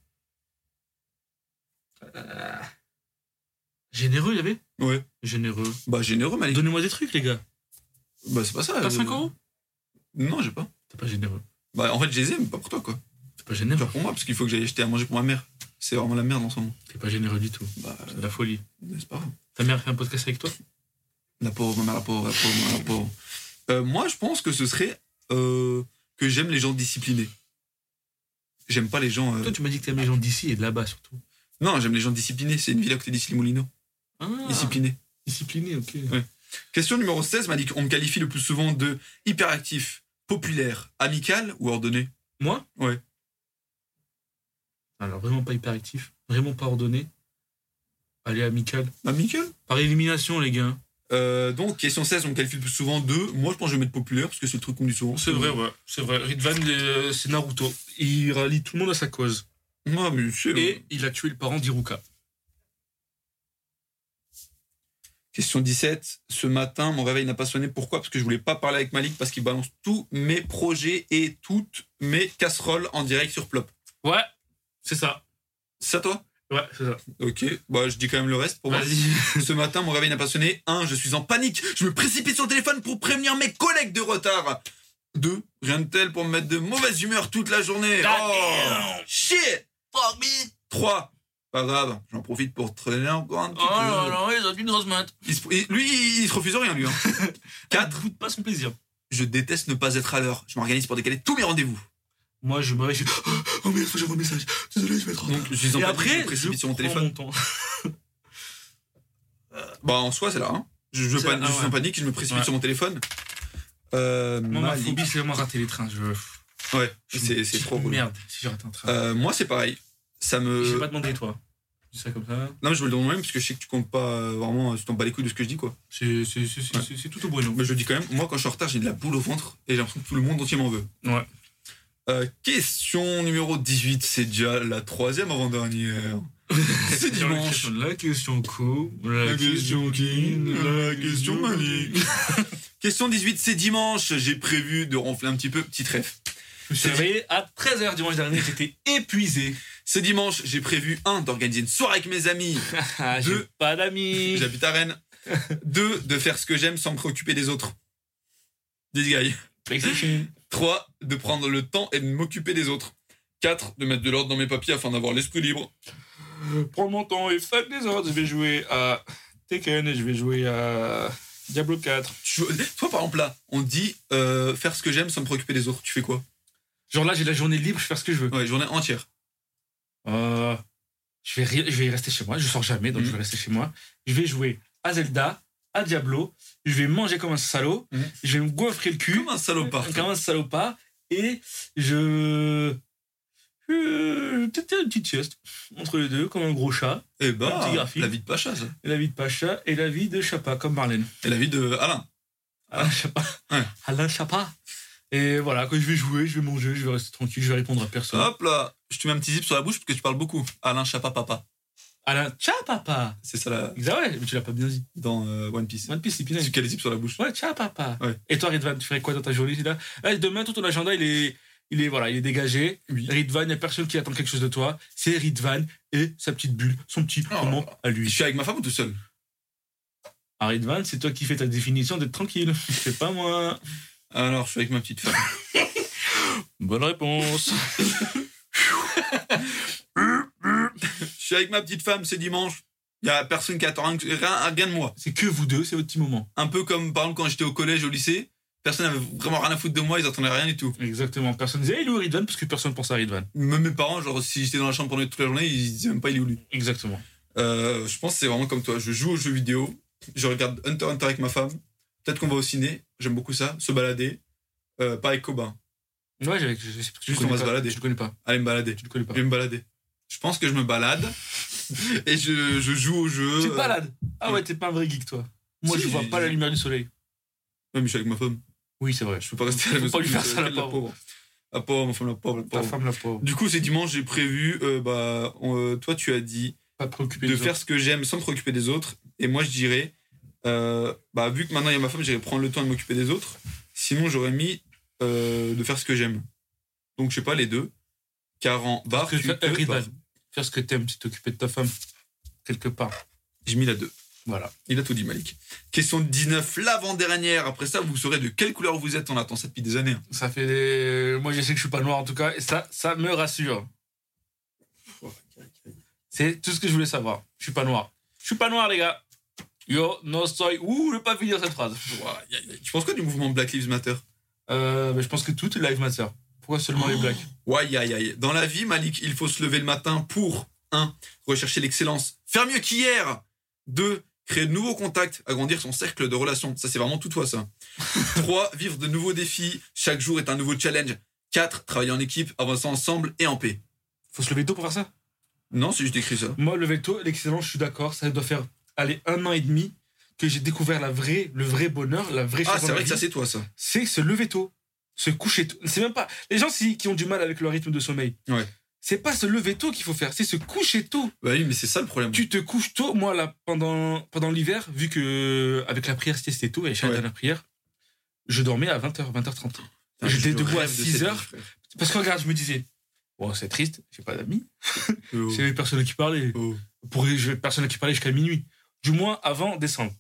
Généreux, il y avait Ouais. Généreux. Bah, généreux, Malik. Donnez-moi des trucs, les gars. Bah, c'est pas ça. T'as euh, 5 Ah, euros Non, j'ai pas. T'es pas généreux. Bah, en fait, je les ai, mais pas pour toi, quoi. T'es pas Pas généreux. pour moi, parce qu'il faut que j'aille acheter à manger pour ma mère. C'est vraiment la merde en ce moment. T'es pas généreux du tout. Bah, C'est de la folie. euh, c'est pas grave. Ta mère fait un podcast avec toi La pauvre, ma mère, la pauvre, la pauvre, la pauvre. Euh, moi, je pense que ce serait euh, que j'aime les gens disciplinés. J'aime pas les gens. euh, Toi, tu m'as dit que t'aimes les gens d'ici et de là-bas surtout. Non, j'aime les gens disciplinés. C'est une ville à côté d'Issy les Moulineaux. Ah, Disciplinés. discipliné, ok. Question numéro 16, Malik. On me qualifie le plus souvent de hyperactif, populaire, amical ou ordonné Moi Ouais. Alors, vraiment pas hyperactif, vraiment pas ordonné. Allez, amical. Amical Par élimination, les gars. Euh, Donc, question 16, on me qualifie le plus souvent de. Moi, je pense que je vais mettre populaire parce que c'est le truc qu'on me dit souvent. C'est vrai, ouais. C'est vrai. Ridvan, euh, c'est Naruto. Il rallie tout le monde à sa cause. Non, mais hein. c'est- Et il a tué le parent d'Iruka. Question 17. Ce matin, mon réveil n'a pas sonné. Pourquoi Parce que je voulais pas parler avec Malik parce qu'il balance tous mes projets et toutes mes casseroles en direct sur Plop. Ouais, c'est ça. C'est à toi Ouais, c'est ça. Ok, bah je dis quand même le reste pour moi. Vas-y. [laughs] Ce matin, mon réveil n'a pas sonné. 1. Je suis en panique. Je me précipite sur le téléphone pour prévenir mes collègues de retard. 2. Rien de tel pour me mettre de mauvaise humeur toute la journée. Oh Damn. Shit 3. Pas grave, j'en profite pour traîner encore un petit Oh là peu. là, ils ont une grosse mat. Il se- il- lui, il se refuse rien, lui. hein. [laughs] Quatre. Quatre. Goûte pas son plaisir. Je déteste ne pas être à l'heure. Je m'organise pour décaler tous mes rendez-vous. Moi, je me réveille, je fais, Oh merde, faut que j'envoie un message. Désolé, je vais être en Donc, retard. je suis en Et panique, je après, me je précipite sur mon prends téléphone. mon temps. Bah, en soi, c'est là. Hein. Je, je C'est pan- là, je ah suis en ouais. panique, je me précipite Ouais. sur mon téléphone. Euh, Moi, ma Malik. phobie, c'est vraiment rater les trains. Je... Ouais, je suis c'est une c'est petite trop Euh, relou. Merde, si j'ai raté un train. Euh, moi, c'est pareil. Ça J'ai me. pas demandé, toi. Je dis ça comme ça. Non, mais je me le demande même parce que je sais que tu comptes pas euh, vraiment, euh, tu t'en bats les couilles de ce que je dis quoi. C'est c'est- c'est- c'est- Ouais. c'est- c'est tout au brûlant. Mais je le dis quand même, moi quand je suis en retard, j'ai de la boule au ventre et j'ai l'impression que tout le monde entier m'en veut. Ouais. Euh, question numéro 18, c'est déjà la troisième avant-dernière. [laughs] c'est dimanche. La question co, la, question kin, la question malique. Question 18, c'est dimanche. J'ai prévu de ronfler un petit peu, petite ref. Je me suis réveillé à 13h dimanche dernier, j'étais épuisé. Ce dimanche, j'ai prévu 1. d'organiser une soirée avec mes amis. Ah, J'ai Deux. pas d'amis. J'habite [laughs] à Rennes. 2. De faire ce que j'aime sans me préoccuper des autres. This guy. Exception. 3. De prendre le temps et de m'occuper des autres. 4. De mettre de l'ordre dans mes papiers afin d'avoir l'esprit libre. Prends mon temps et fuck les autres, je vais jouer à Tekken et je vais jouer à Diablo 4. Tu- Toi, par exemple, là, on dit euh, faire ce que j'aime sans me préoccuper des autres. Tu fais quoi Genre là, j'ai la journée libre, je fais ce que je veux. Ouais, journée entière. Euh, je, vais ri- je vais rester chez moi, je sors jamais, donc Mhm. je vais rester chez moi. Je vais jouer à Zelda, à Diablo, je vais manger comme un salaud, Mhm. je vais me goinfrer le cul. Comme un salopard. Comme Euh, un salopard. Et je. je- Peut-être une petite sieste entre les deux, comme un gros chat. Eh Un bah, petit graphique. la vie de Pacha, ça. Et la vie de Pacha et la vie de Chapa, comme Marlène. Et la vie de Alain. Alain Chapa. Ouais. Alain Chapa. Et voilà, quand je vais jouer, je vais manger, je vais rester tranquille, je vais répondre à personne. Hop là, je te mets un petit zip sur la bouche parce que tu parles beaucoup. Alain Chapa Papa. Alain Chapapa. C'est ça là, Ah ouais, mais tu l'as pas bien dit. dans euh, One Piece. One Piece, c'est bien. Tu as les zips sur la bouche. Ouais, ciao papa. Ouais. Et toi, Ridvan, tu ferais quoi dans ta journée là, là, demain, tout ton agenda, il est, il est, voilà, il est dégagé. Oui. Ridvan, il n'y a personne qui attend quelque chose de toi. C'est Ridvan et sa petite bulle, son petit Oh. moment à Je lui. suis avec ma femme ou tout seul À Ridvan, c'est toi qui fais ta définition d'être tranquille. [laughs] C'est pas moi. Alors, je suis avec ma [laughs] petite femme. Bonne réponse. je suis avec ma petite femme, c'est dimanche. Il y a personne qui attend rien, rien- rien de moi. c'est que vous deux, c'est votre petit moment. Un peu comme, par exemple, quand j'étais au collège, au lycée, personne n'avait vraiment rien à foutre de moi, ils attendaient rien du tout. Exactement. Personne Eh, disait, hey, lui, Ridvan, parce que personne pense à Ridvan. Même mes parents, genre, si j'étais dans la chambre pendant toute la journée, ils disaient même pas il est où lui. Exactement. Euh, je pense que c'est vraiment comme toi. Je joue aux jeux vidéo, je regarde Hunter x Hunter avec ma femme. Peut-être qu'on va au ciné, j'aime beaucoup ça, se balader, Euh, pas avec Coba. Ouais, j'avais- je, je sais pas. je Juste, connais on va se pas. balader. Je le connais pas. Allez me balader. Je le connais pas. Je vais me balader. Je pense que je me balade [laughs] et je, je joue au jeu. Tu te balades. Ah ouais, t'es pas un vrai geek, toi. Moi, euh, Si, je vois j'ai- pas la lumière du soleil. Ouais, mais euh, je suis avec ma femme. Oui, c'est vrai. Je peux pas rester à la Faut maison. pas lui faire ça, la pauvre. La pauvre, ma femme, la pauvre, la Ta pauvre. femme, la pauvre. Du coup, c'est dimanche, j'ai prévu, euh, bah, on, euh, toi, tu as dit Pas préoccupée de des faire ce que j'aime sans me préoccuper des autres. Et moi, je dirais, euh, bah, vu que maintenant il y a ma femme, j'irai prendre le temps de m'occuper des autres. Sinon, j'aurais mis euh, de faire ce que j'aime. Donc, je sais pas, les deux. Car en bar, que tu bah, faire- te every barres. time. Faire ce que t'aimes, c'est t'occuper de ta femme. Quelque part. J'ai mis la deux. Voilà. Il a tout dit, Malik. Question 19, l'avant-dernière. Après ça, vous saurez de quelle couleur vous êtes. On attend ça depuis des années. hein. Ça fait des... Moi, je sais que je suis pas noir, en tout cas. Et ça, ça me rassure. C'est tout ce que je voulais savoir. Je suis pas noir. Je suis pas noir, les gars. Yo, no soy. Ouh, je vais pas finir cette phrase. Ouah, y a- y a- Tu penses quoi du mouvement Black Lives Matter Euh, bah, je pense que tout est live matter. Pourquoi seulement Oh. les blacks Ouais, aïe, aïe, aïe. Dans la vie, Malik, il faut se lever le matin pour 1. Rechercher l'excellence. Faire mieux qu'hier 2. Créer de nouveaux contacts. Agrandir son cercle de relations. Ça, c'est vraiment tout toi, [laughs] ça. 3. Vivre de nouveaux défis. Chaque jour est un nouveau challenge. 4. Travailler en équipe, avancer ensemble et en paix. Faut se lever tôt pour faire ça Non, c'est juste écrit ça. Moi, le veto, l'excellence, je suis d'accord. Ça doit faire aller un an et demi que j'ai découvert la vraie, le vrai bonheur, la vraie chose. Ah, dans c'est ma vrai que vie. ça, c'est toi, ça. c'est se lever tôt, se coucher tôt. C'est même pas. Les gens si- qui ont du mal avec le rythme de sommeil, Ouais. c'est pas se lever tôt qu'il faut faire, c'est se coucher tôt. Bah oui, mais c'est ça le problème. Tu te couches tôt. Moi, là, pendant, pendant l'hiver, vu que avec la prière, c'était tôt, et chaque Ouais. dernière prière, je dormais à 20h, 20h30. Putain, J'étais je debout à rêve de cette 6 vie, heures. frère. Parce que regarde, je me disais, bon, c'est triste, j'ai pas d'amis. Oh, C'est les personnes qui parlaient. oh. pour je- personne qui parlait jusqu'à minuit, du moins avant décembre.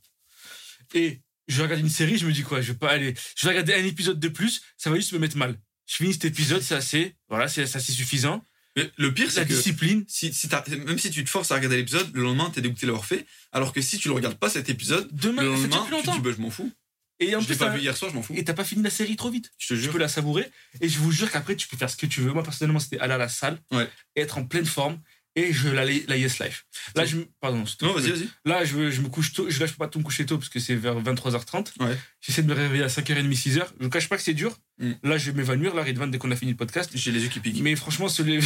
Et je regarde une série, je me dis quoi, je vais pas aller, je vais regarder un épisode de plus, ça va juste me mettre mal. Je finis cet épisode, c'est assez, voilà, c'est c'est assez suffisant. Mais le pire, La c'est que discipline, si, si t'as- même si tu te forces à regarder l'épisode, le lendemain, t'es dégoûté de l'avoir fait. Alors que si tu le regardes pas cet épisode, demain, le ça dure lendemain, plus tu te dis, longtemps. bah, je m'en fous. Et en Je l'ai plus, pas t'as- vu hier soir, je m'en fous. et t'as pas fini la série trop vite. Je te Tu jure. peux la savourer. Et je vous jure qu'après, tu peux faire ce que tu veux. Moi, personnellement, c'était aller à la salle, Ouais. être en pleine forme. Et je la, la Yes Life. Là, je, me- pardon, je te Non, coupe. vas-y, vas-y. Là, je, je me couche tôt. Je, là, je peux pas tout me coucher tôt parce que c'est vers 23h30. Ouais. J'essaie de me réveiller à 5h30, 6h. Je vous cache pas que c'est dur. Mm. Là, je vais m'évanouir, là, Ridvan, dès qu'on a fini le podcast. J'ai les yeux qui [laughs] piquent. Mais franchement, se lever,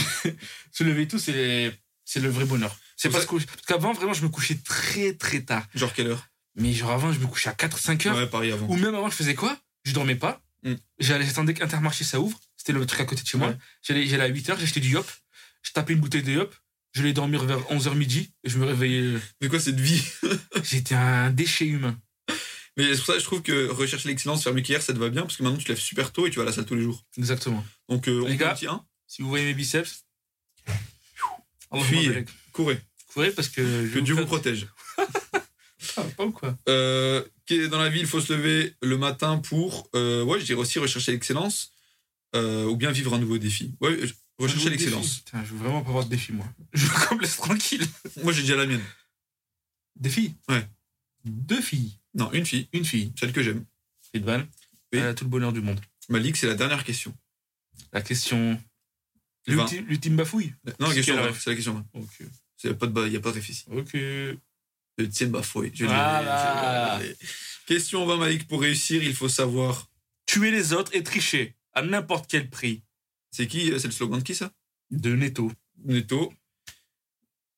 se lever tôt, c'est, c'est le vrai bonheur. C'est Vous pas a- se coucher. Parce qu'avant, vraiment, je me couchais très, très tard. Genre quelle heure Mais genre avant, je me couchais à 4, 5 heures. Ouais, pareil avant. Ou même avant, je faisais quoi Je dormais pas. Mm. J'allais, j'attendais qu'Intermarché ça ouvre. C'était le truc à côté de chez moi. Ouais. J'allais, j'allais à 8 heures, j'achetais du yop. Je tapais une bouteille de yop. Je l'ai dormir vers 11h midi. Et je me réveillais. euh, Mais quoi cette vie [laughs] [laughs] J'étais un déchet humain. Mais c'est pour ça que je trouve que rechercher l'excellence, faire mieux qu'hier, ça te va bien parce que maintenant tu te lèves super tôt et tu vas à la salle tous les jours. Exactement. Donc euh, on Les fait gars. un petit un. Si vous voyez mes biceps, Fuyez. Allahumma barik. Courez. Courez parce que je Que vais Dieu vous vous protège. prépare pas ou quoi Euh, qu'est- dans la vie, il faut se lever le matin pour. euh, ouais, je dirais aussi rechercher l'excellence euh, ou bien vivre un nouveau défi. Ouais, euh, rechercher Je vous défie. l'excellence. Putain, je veux vraiment pas avoir de défi moi. [laughs] Je veux qu'on me laisse tranquille. Moi j'ai déjà la mienne. Défi Ouais. Deux filles. Non, une fille, Une fille. celle que j'aime. Et de balle. Oui. Elle a tout le bonheur du monde. Malik, c'est la dernière question. La question. Le vingt. L'ultime l'ultime bafouille Non, C'est question, quelle ouais, ref c'est la question. Ok. Il n'y a pas de ba- y a pas de réfléchis. Ok. Le Tsemba Foy. Je l'ai, Voilà. je l'ai. Question 20, Malik. Pour réussir, il faut savoir. Tuer les autres et tricher à n'importe quel prix. C'est qui euh, C'est le slogan de qui ça De Neto. Neto.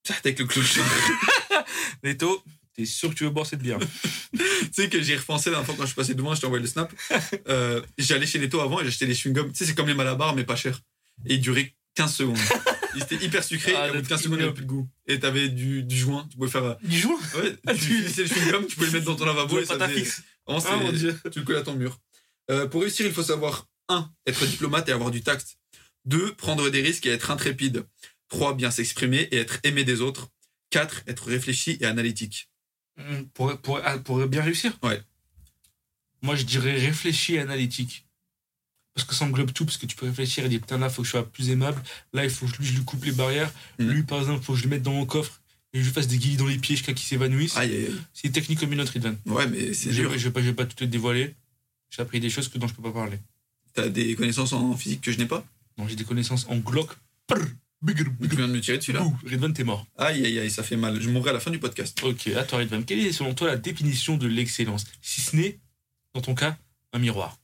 Putain, t'es avec le clochard. [laughs] Neto, t'es sûr que tu veux boire cette [laughs] bière tu sais que j'y repensais la dernière fois quand je passais devant, je t'ai envoyé [laughs] le snap. Euh, J'allais chez Neto avant et j'achetais des chewing-gums. Tu sais, c'est comme les malabars, mais pas cher. Et ils duraient 15 [laughs] secondes. Ils étaient hyper sucrés Ah, et au bout de le 15 truc secondes, il n'y ignoble. avait plus de goût. Et t'avais du, du joint. Tu pouvais faire. euh, Du jour [laughs] Ouais, tu finissais le chewing-gum, tu pouvais le mettre dans ton lavabo et ça ta faisait- fixe. Vraiment, Ah mon c'est- dieu. tu le colles à ton mur. Euh, pour réussir, il faut savoir 1. Être diplomate et avoir du tact. 2. Prendre des risques et être intrépide. 3. Bien s'exprimer et être aimé des autres. 4. Être réfléchi et analytique. Mm, Pour, pour, ah, pour bien réussir Ouais. Moi, je dirais réfléchi et analytique. Parce que ça englobe tout, parce que tu peux réfléchir et dire putain, là, faut que je sois plus aimable. Là, il faut que je- lui, je lui coupe les barrières. Mhm. Lui, par exemple, faut que je le mette dans mon coffre et je lui fasse des guillis dans les pieds jusqu'à qu'il s'évanouisse. Aïe, aïe, aïe. C'est une technique comme une autre, Ivan. Ouais, mais c'est Je, je, dur. vais pas- je vais pas tout te dévoiler. J'ai appris des choses que dont je peux pas parler. T'as des connaissances en physique que je n'ai pas. Donc, j'ai des connaissances en Glock. Prr, bigger, Tu bigger. viens de me tirer dessus là. Ouh, Ridvan, t'es mort. Aïe, aïe, aïe, ça fait mal. Je mourrai à la fin du podcast. Ok, à toi, Ridvan. Quelle est, selon toi, la définition de l'excellence Si ce n'est, dans ton cas, un miroir.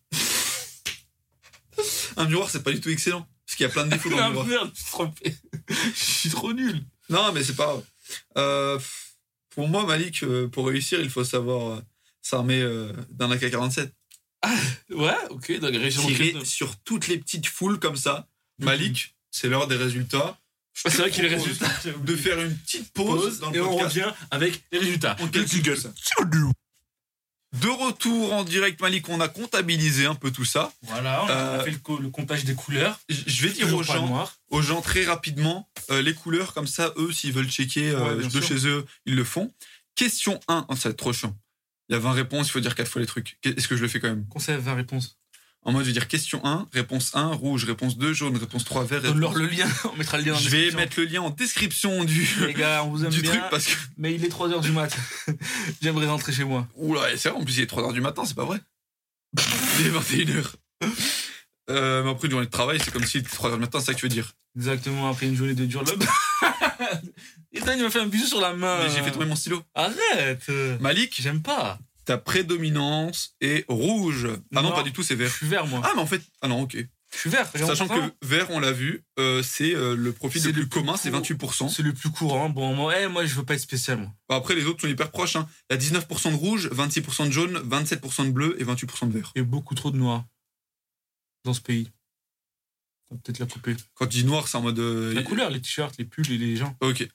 Un miroir, c'est pas du tout excellent. Parce qu'il y a plein de défauts dans le Ah, [laughs] miroir. merde, je suis trompé. Je suis trop nul. Non, mais c'est pas grave. Euh, pour moi, Malik, euh, pour réussir, il faut savoir euh, s'armer euh, d'un AK-47. Ouais, ok, dans les régions. Tirer auxquelles- sur toutes les petites foules comme ça. Mhm. Malik, c'est l'heure des résultats. Ah, c'est vrai qu'il est propose résultat. De faire une petite pause, pause dans le et on podcast. revient avec les résultats. On Le calcule Google. tout ça. De retour en direct, Malik, on a comptabilisé un peu tout ça. Voilà, on Euh, a fait le, co- le comptage des couleurs. J- Je vais dire Toujours aux pas gens, noir. aux gens très rapidement euh, les couleurs, comme ça, eux, s'ils veulent checker euh, Ouais, bien de sûr. chez eux, ils le font. Question 1, oh, ça va être trop chiant. Il y a 20 réponses, il faut dire 4 fois les trucs. Qu- Est-ce que je le fais quand même Conseil à 20 réponses. En mode, je vais dire question 1, réponse 1, rouge, réponse 2, jaune, réponse 3, vert. réponse- Donne-leur le lien, [laughs] on mettra le lien dans la Je vais description. mettre le lien en description du, Les gars, on vous aime du bien, truc parce que. mais il est 3h du mat. [laughs] J'aimerais rentrer chez moi. Oula, c'est vrai, en plus il est 3h du matin, c'est pas vrai. il est 21h. Euh, mais après une journée de travail, c'est comme si 3h du matin, c'est ça que tu veux dire. Exactement, après une journée de dur lob. [laughs] Ethan, il m'a fait un bisou sur la main. Mais j'ai fait tomber mon stylo. Arrête euh, Malik, J'aime pas. ta prédominance est rouge. Ah non, Non. pas du tout, c'est Je vert. suis vert, moi. Ah, mais en fait, ah non, ok. Je suis vert. regarde, Sachant enfin. que vert, on l'a vu, euh, c'est euh, le profil C'est le le plus commun, plus c'est court. 28%. C'est le plus courant. Bon, moi, eh, moi je veux pas être spécial, moi. Bah, Après, les autres sont hyper proches. Hein. Il y a 19% de rouge, 26% de jaune, 27% de bleu et 28% de vert. Il y a beaucoup trop de noirs dans ce pays. On va peut-être la couper. Quand tu dis noir, c'est en mode. euh, La couleur, les t-shirts, les pulls et les gens. Ok.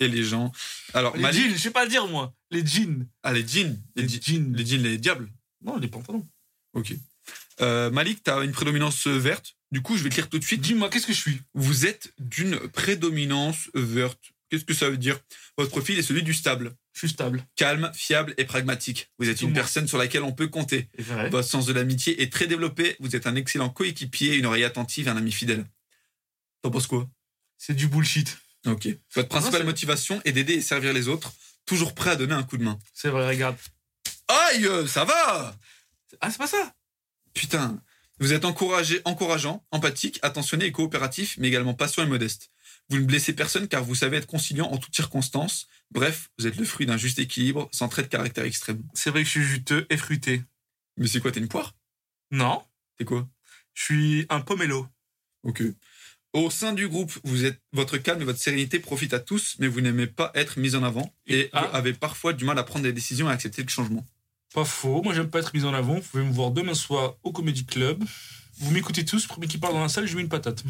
Et les gens. Alors, Bah, Les Malik. jeans, je sais pas dire, moi. Les jeans. Ah, les jeans. Les, je- jeans. les jeans, les diables. Non, les pantalons. Ok. Euh, Malik, tu as une prédominance euh, verte. Du coup, je vais te lire tout de suite. Dis-moi, qu'est-ce que je suis Vous êtes d'une prédominance verte. Qu'est-ce que ça veut dire Votre profil est celui du stable, Je suis stable. calme, fiable et pragmatique. Vous êtes Tout une moi. personne sur laquelle on peut compter. C'est vrai. Votre sens de l'amitié est très développé. Vous êtes un excellent coéquipier, une oreille attentive, et un ami fidèle. T'en penses quoi C'est du bullshit. Ok. Votre principale c'est- motivation est d'aider et servir les autres, toujours prêt à donner un coup de main. C'est vrai, regarde. Aïe, ça va Ah, c'est pas ça Putain. Vous êtes encouragé, encourageant, empathique, attentionné et coopératif, mais également patient et modeste. Vous ne blessez personne car vous savez être conciliant en toutes circonstances. Bref, vous êtes le fruit d'un juste équilibre, sans trait de caractère extrême. C'est vrai que je suis juteux et fruité. Mais c'est quoi, t'es une poire Non, T'es quoi je suis un pomelo. Ok. Au sein du groupe, vous êtes votre calme et votre sérénité profitent à tous, mais vous n'aimez pas être mis en avant et Ah. vous avez parfois du mal à prendre des décisions et à accepter le changement. Pas faux. Moi, j'aime pas être mis en avant. Vous pouvez me voir demain soir au Comedy Club. Vous m'écoutez tous, le premier qui parle dans la salle, je lui mets une patate.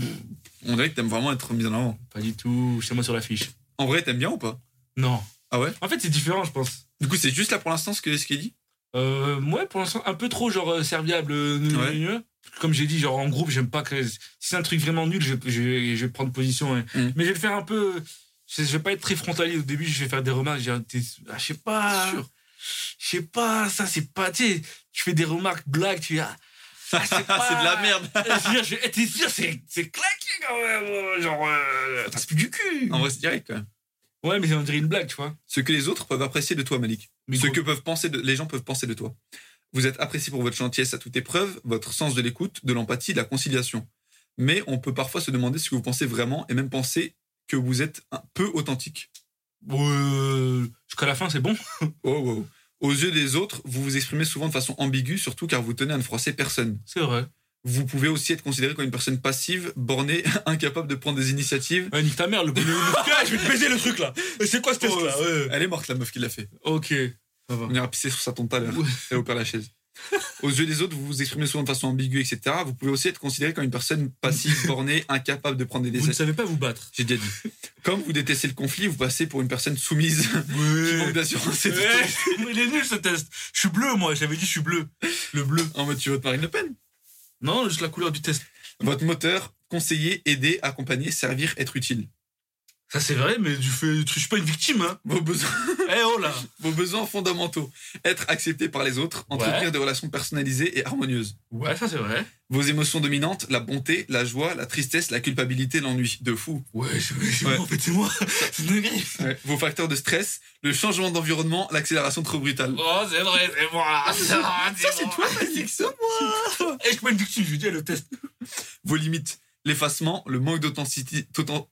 On dirait que t'aimes vraiment être mis en avant. Pas du tout, c'est moi sur l'affiche. En vrai, t'aimes bien ou pas Non. Ah ouais En fait, c'est différent, je pense. Du coup, c'est juste là pour l'instant ce que- ce qu'il dit Euh, ouais, pour l'instant, un peu trop, genre, euh, serviable. euh, Ouais. euh, Comme j'ai dit, genre, en groupe, j'aime pas que. Si c'est un truc vraiment nul, je, je- je vais prendre position. ouais. Mm. Mais je vais le faire un peu. Je, je vais pas être très frontalier au début, je vais faire des remarques. Je vais dire, t'es- ah, je sais pas. Sûr. Je sais pas, ça, c'est pas. Tu sais, tu fais des remarques, blagues, tu dis. ah, ah, [laughs] C'est de la merde Je veux dire, je- eh, T'es sûr, c'est c'est claqué quand même. euh, Genre, euh, t'as plus du cul. En vrai, c'est direct quand même. Ouais, mais on dirait une blague, tu vois. ce que les autres peuvent apprécier de toi, Malik. Mais ce gros, que peuvent penser de- les gens peuvent penser de toi. Vous êtes apprécié pour votre gentillesse à toute épreuve, votre sens de l'écoute, de l'empathie, de la conciliation. Mais on peut parfois se demander ce que vous pensez vraiment et même penser que vous êtes un peu authentique. euh, Jusqu'à la fin, c'est bon. Oh, wow. Aux yeux des autres, vous vous exprimez souvent de façon ambiguë, surtout car vous tenez à ne froisser personne. C'est vrai. Vous pouvez aussi être considéré comme une personne passive, bornée, [laughs] incapable de prendre des initiatives. Ouais, nique ta mère, le poulet au mousquet, je vais te baiser le truc là. Oh, C'est quoi ce test là ouais. Elle est morte, la meuf qui l'a fait. Ok. Ça va. On ira pisser sur sa tombe tout à l'heure. Ouais. Elle opère la chaise. Aux yeux des autres, vous vous exprimez souvent de façon ambiguë, etc. Vous pouvez aussi être considéré comme une personne passive, bornée, incapable de prendre des Vous ne décisions. savez pas vous battre. J'ai déjà dit. Comme vous détestez le conflit, vous passez pour une personne soumise qui manque d'assurance et de Ouais, temps. Il est nul ce test. Je suis bleu moi, j'avais dit je suis bleu. Le bleu. En mode, tu votes Marine Le Pen. Non, juste la couleur du test. Votre moteur, conseiller, aider, accompagner, servir, être utile. Ça c'est vrai, mais tu fais, tu- je suis pas une victime hein. Vos besoins, Eh oh là. vos besoins fondamentaux. Être accepté par les autres, entretenir Ouais. des relations personnalisées et harmonieuses. Ouais, ça c'est vrai. Vos émotions dominantes, la bonté, la joie, la tristesse, la culpabilité, l'ennui. De fou. Ouais, c'est c'est Ouais. moi en fait, c'est moi. [laughs] C'est dingue. Ouais. Vos facteurs de stress, le changement d'environnement, l'accélération trop brutale. Oh, Oh, c'est vrai, c'est moi. [laughs] Ça, Malik, ça Et je suis pas une victime, je lui dis eh, le test. Vos limites, l'effacement, le manque d'authenticité. [laughs] d'authen-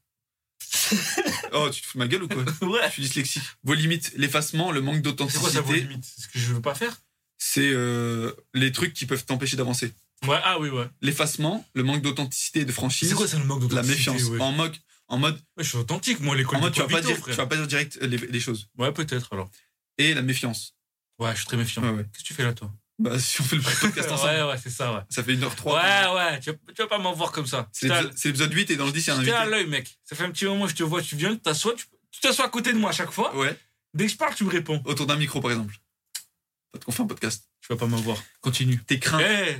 oh, tu te fous de ma gueule ou quoi Ouais. Je suis dyslexique. Vos limites, l'effacement, le manque C'est quoi ça vos d'authenticité, limites C'est ce que je veux pas faire. c'est euh, les trucs qui peuvent t'empêcher d'avancer. Ouais, ah oui, ouais. l'effacement, le manque d'authenticité et de franchise, C'est quoi ça le manque la d'authenticité méfiance. ouais. En, moque- en mode, Ouais, Je suis authentique, moi, à l'école. en mode de tu, vas pas Vito, dire, tu frère. vas pas dire direct euh, les, les choses. Ouais, peut-être alors. Et la méfiance. Ouais, je suis très méfiant. Ouais, ouais. Qu'est-ce que tu fais là, [laughs] toi Bah, si on fait le podcast ensemble, Ouais, ouais, c'est ça, ouais. ça fait 1h03. Ouais, ouais, tu vas, tu vas pas m'en voir comme ça. C'est T'as- l'épisode- c'est l'épisode 8 et dans le 10, il y a un T'es à invité. l'œil, mec. Ça fait un petit moment que je te vois, tu viens, tu t'assois, tu tu t'assois à côté de moi à chaque fois. Ouais, Dès que je parle, tu me réponds. autour d'un micro, par exemple. Quand on fait un podcast. Tu vas pas m'avoir. Continue. Tes Eh, craintes,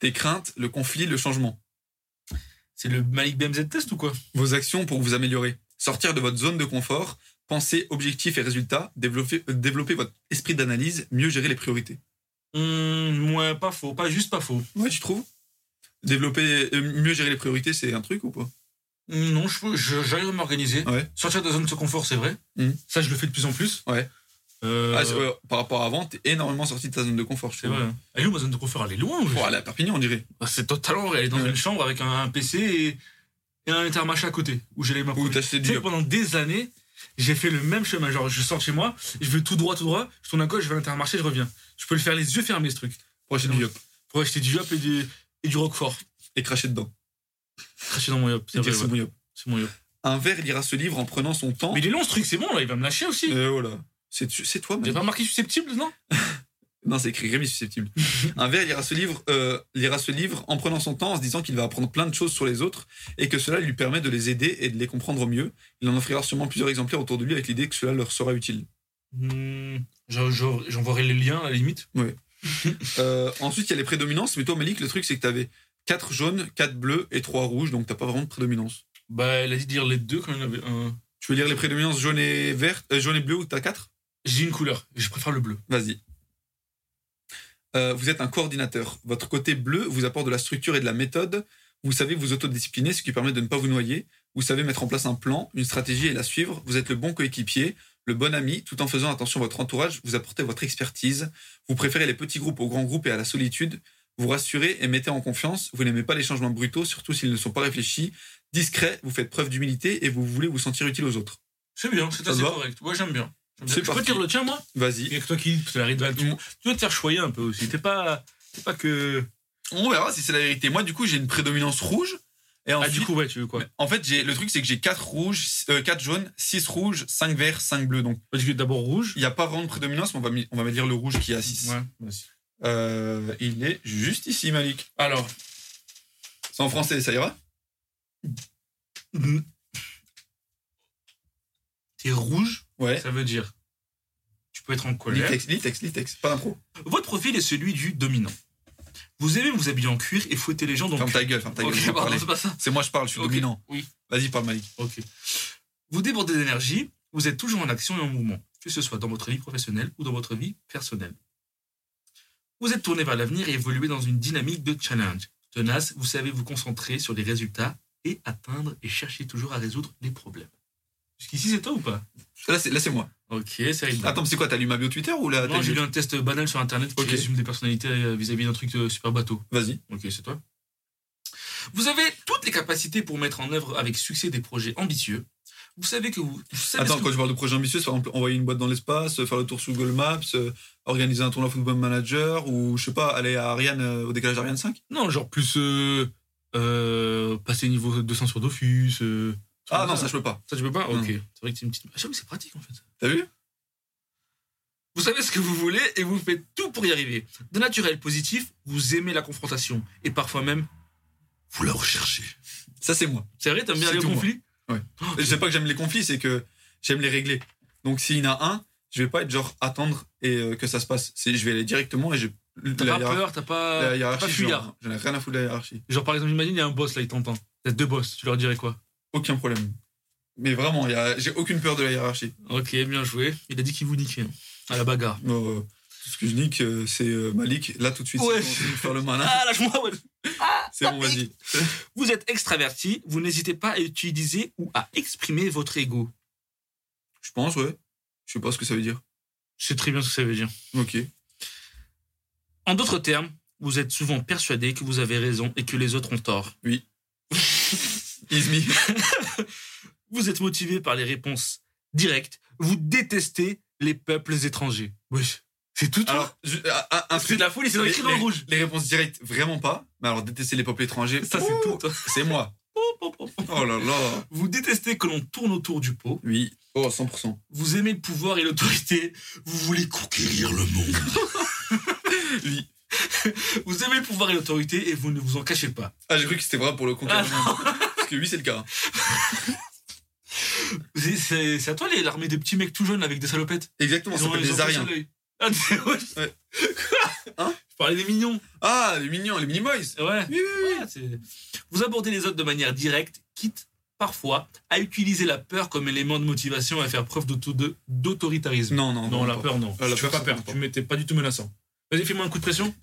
tes craintes, le conflit, le changement. c'est le Malik BMZ test ou quoi Vos actions pour vous améliorer. Sortir de votre zone de confort. Penser objectif et résultat. Développer, euh, développer votre esprit d'analyse. Mieux gérer les priorités. Hum, Ouais, pas faux, pas juste pas faux. Ouais, tu trouves Développer, euh, mieux gérer les priorités, c'est un truc ou pas Hum, Non, je peux- je- j'arrive à m'organiser. Ouais. Sortir de la zone de confort, c'est vrai. Hum. Ça, je le fais de plus en plus. Ouais. Euh, Ah, c'est- ouais, Par rapport à avant, t'es énormément sorti de ta zone de confort. je c'est trouve. vrai. hein. Elle est où ma zone de confort Elle est loin. je- Pour aller à Perpignan, on dirait. Ah, C'est totalement vrai. Elle est dans Ouais. une chambre avec un, un PC et, et un intermarché à côté où j'ai les mains. Ou t'acheter Tu du sais, pendant des années, j'ai fait le même chemin. Genre, je sors de chez moi, je vais tout droit, tout droit, je tourne à gauche, je vais à l'intermarché, je reviens. Je peux le faire les yeux fermés, ce truc. Pour acheter du yop. Pour acheter du yop et du, et du roquefort. Et cracher dedans. Cracher dans mon yop. C'est Et dire vrai, c'est ouais. bon yop. C'est mon yop. Un verre lira ce livre en prenant son temps. Mais il est long, ce truc, c'est bon, là, il va me lâcher aussi. Euh, oh là. C'est c'est toi, T'as même. pas marqué susceptible, non Non, c'est écrit Rémi susceptible. un verre lira ce livre, euh, lira ce livre en prenant son temps, en se disant qu'il va apprendre plein de choses sur les autres et que cela lui permet de les aider et de les comprendre mieux. Il en offrira sûrement plusieurs exemplaires autour de lui avec l'idée que cela leur sera utile. Hmm, je- je- J'enverrai les liens, à la limite. Euh, ensuite, il y a les prédominances. Mais toi, Malik, le truc, c'est que t'avais 4 jaunes, 4 bleus et 3 rouges, donc t'as pas vraiment de prédominance. Bah, elle a dit de dire les deux quand il y en avait un. Tu veux lire les prédominances jaune et vert, euh, jaune et bleu où t'as 4 J'ai une couleur, je préfère le bleu. Vas-y. Euh, vous êtes un coordinateur. Votre côté bleu vous apporte de la structure et de la méthode. Vous savez vous autodiscipliner, ce qui permet de ne pas vous noyer. Vous savez mettre en place un plan, une stratégie et la suivre. Vous êtes le bon coéquipier, le bon ami, tout en faisant attention à votre entourage. Vous apportez votre expertise. Vous préférez les petits groupes aux grands groupes et à la solitude. Vous rassurez et mettez en confiance. Vous n'aimez pas les changements brutaux, surtout s'ils ne sont pas réfléchis. Discret, vous faites preuve d'humilité et vous voulez vous sentir utile aux autres. C'est bien, c'est Ça assez te va correct. Ouais, j'aime bien. J'aime bien. C'est Je peux parti. dire le tien, moi Il y Vas-y. a que toi qui te la rideau. Tu Mm. tu dois te faire choyer un peu aussi. T'es pas, t'es pas que. On verra si c'est la vérité. Moi, du coup, j'ai une prédominance rouge. Et Ah, ensuite, du coup, ouais, tu veux quoi Mais En fait, j'ai le truc, c'est que j'ai 4 rouges, 4 jaunes, 6 rouges, 5 verts, 5 bleus. Donc, Parce que d'abord rouge. il n'y a pas vraiment de prédominance, mais on va, mi- on va dire le rouge qui est à 6. Ouais, vas-y. il est juste ici, Malik. Alors, C'est en français, ça ira mm, t'es rouge, Ouais. ça veut dire. Tu peux être en Lis colère. texte, lis texte, lis texte. Pas d'impro. Votre profil est celui du dominant. Vous aimez vous habiller en cuir et fouetter les gens dans le Ferme cul. ta gueule, ferme ta gueule. Ok, je vais en pardon, parler. c'est pas ça. C'est moi, je parle, je suis Ok, dominant. oui. Vas-y, parle, Malik. Ok. Vous débordez d'énergie, vous êtes toujours en action et en mouvement, que ce soit dans votre vie professionnelle ou dans votre vie personnelle. Vous êtes tourné vers l'avenir et évoluez dans une dynamique de challenge. Tenace, vous savez vous concentrer sur les résultats et atteindre et chercher toujours à résoudre les problèmes. Jusqu'ici, c'est toi ou pas Là, c'est là, c'est moi. Ok, ça arrive. Attends, mais c'est quoi T'as lu ma bio Twitter ou là Non, t'as j'ai lu- lu un test banal sur internet qui Ok. résume des personnalités euh, vis-à-vis d'un truc de super bateau. Vas-y. Ok, c'est toi. Vous avez toutes les capacités pour mettre en œuvre avec succès des projets ambitieux. Vous savez que vous. vous savez ce Attends, que quand je parle de projet ambitieux, c'est par exemple envoyer une boîte dans l'espace, euh, faire le tour sur Google Maps, euh, organiser un tournoi Football Manager ou je sais pas, aller à Ariane, euh, au décalage Ariane 5 Non, genre plus euh, euh, passer niveau 200 sur Dofus. euh, Ah non, ça, ça, je peux pas. ça, tu peux pas Non. Ok. C'est vrai que c'est une petite. Ah, j'avoue, c'est pratique en fait. T'as vu Vous savez ce que vous voulez et vous faites tout pour y arriver. De naturel positif, vous aimez la confrontation et parfois même vous la recherchez. Ça, c'est moi. C'est vrai, t'aimes bien C'est les tout, moi. conflits Oh, Je sais pas que j'aime les conflits, c'est que j'aime les régler. Donc s'il y en a un, je vais pas être genre attendre et euh, que ça se passe. C'est, je vais aller directement et je. T'as pas peur, euh, t'as pas. la hiérarchie, pas fuyard. genre, j'en ai rien à foutre de la hiérarchie. Genre par exemple, imagine, il y a un boss là, il t'entend. T'as deux boss, tu leur dirais quoi Aucun problème. Mais vraiment, il y a- j'ai aucune peur de la hiérarchie. Ok, bien joué. Il a dit qu'il vous niquait. hein, À la bagarre. Euh, tout ce que je nique, euh, c'est euh, Malik. Là tout de suite, Ouais. c'est bon, c'est de faire [laughs] le malin. Ah, lâche-moi, ouais. C'est bon, vas-y. Vous êtes extraverti, vous n'hésitez pas à utiliser ou à exprimer votre ego. Je pense, ouais. Je sais pas ce que ça veut dire. Je sais très bien ce que ça veut dire. Ok. En d'autres termes, vous êtes souvent persuadé que vous avez raison et que les autres ont tort. [laughs] Izmi. Vous êtes motivé par les réponses directes. Vous détestez les peuples étrangers. Oui, C'est tout. toi Alors, je- ah, ah, un c'est truc. de la folie, c'est dans les- écrit dans le les- rouge. Les réponses directes, vraiment pas. Mais alors, détester les peuples étrangers, Ça, c'est ouh, tout. toi. [laughs] C'est moi. Oh là là. Vous détestez que l'on tourne autour du pot. Oui. Oh, 100%. Vous aimez le pouvoir et l'autorité. Vous voulez conquérir le monde. Oui. [laughs] Vous aimez le pouvoir et l'autorité et vous ne vous en cachez pas. Ah, j'ai cru que c'était vrai pour le conquérir. Parce que oui, c'est le cas. C'est- C'est c'est à toi les- l'armée des petits mecs tout jeunes avec des salopettes. Exactement, ça ont- s'appelle ont des fait Ariens. ça, l'œil. Ah, t'es wesh. Ouais. [laughs] Quoi Hein Je parlais des mignons. Ah, les mignons, les mini-boys. Ouais. Oui, oui, oui. Ouais, c'est- vous abordez les autres de manière directe, quitte parfois à utiliser la peur comme élément de motivation et à faire preuve d'auto- de- d'autoritarisme. Non, non, Non, la pas. peur, non. Ah, la tu peur, fais ça pas peur. compte Tu pas. m'étais pas du tout menaçant. Vas-y, fais-moi un coup de pression.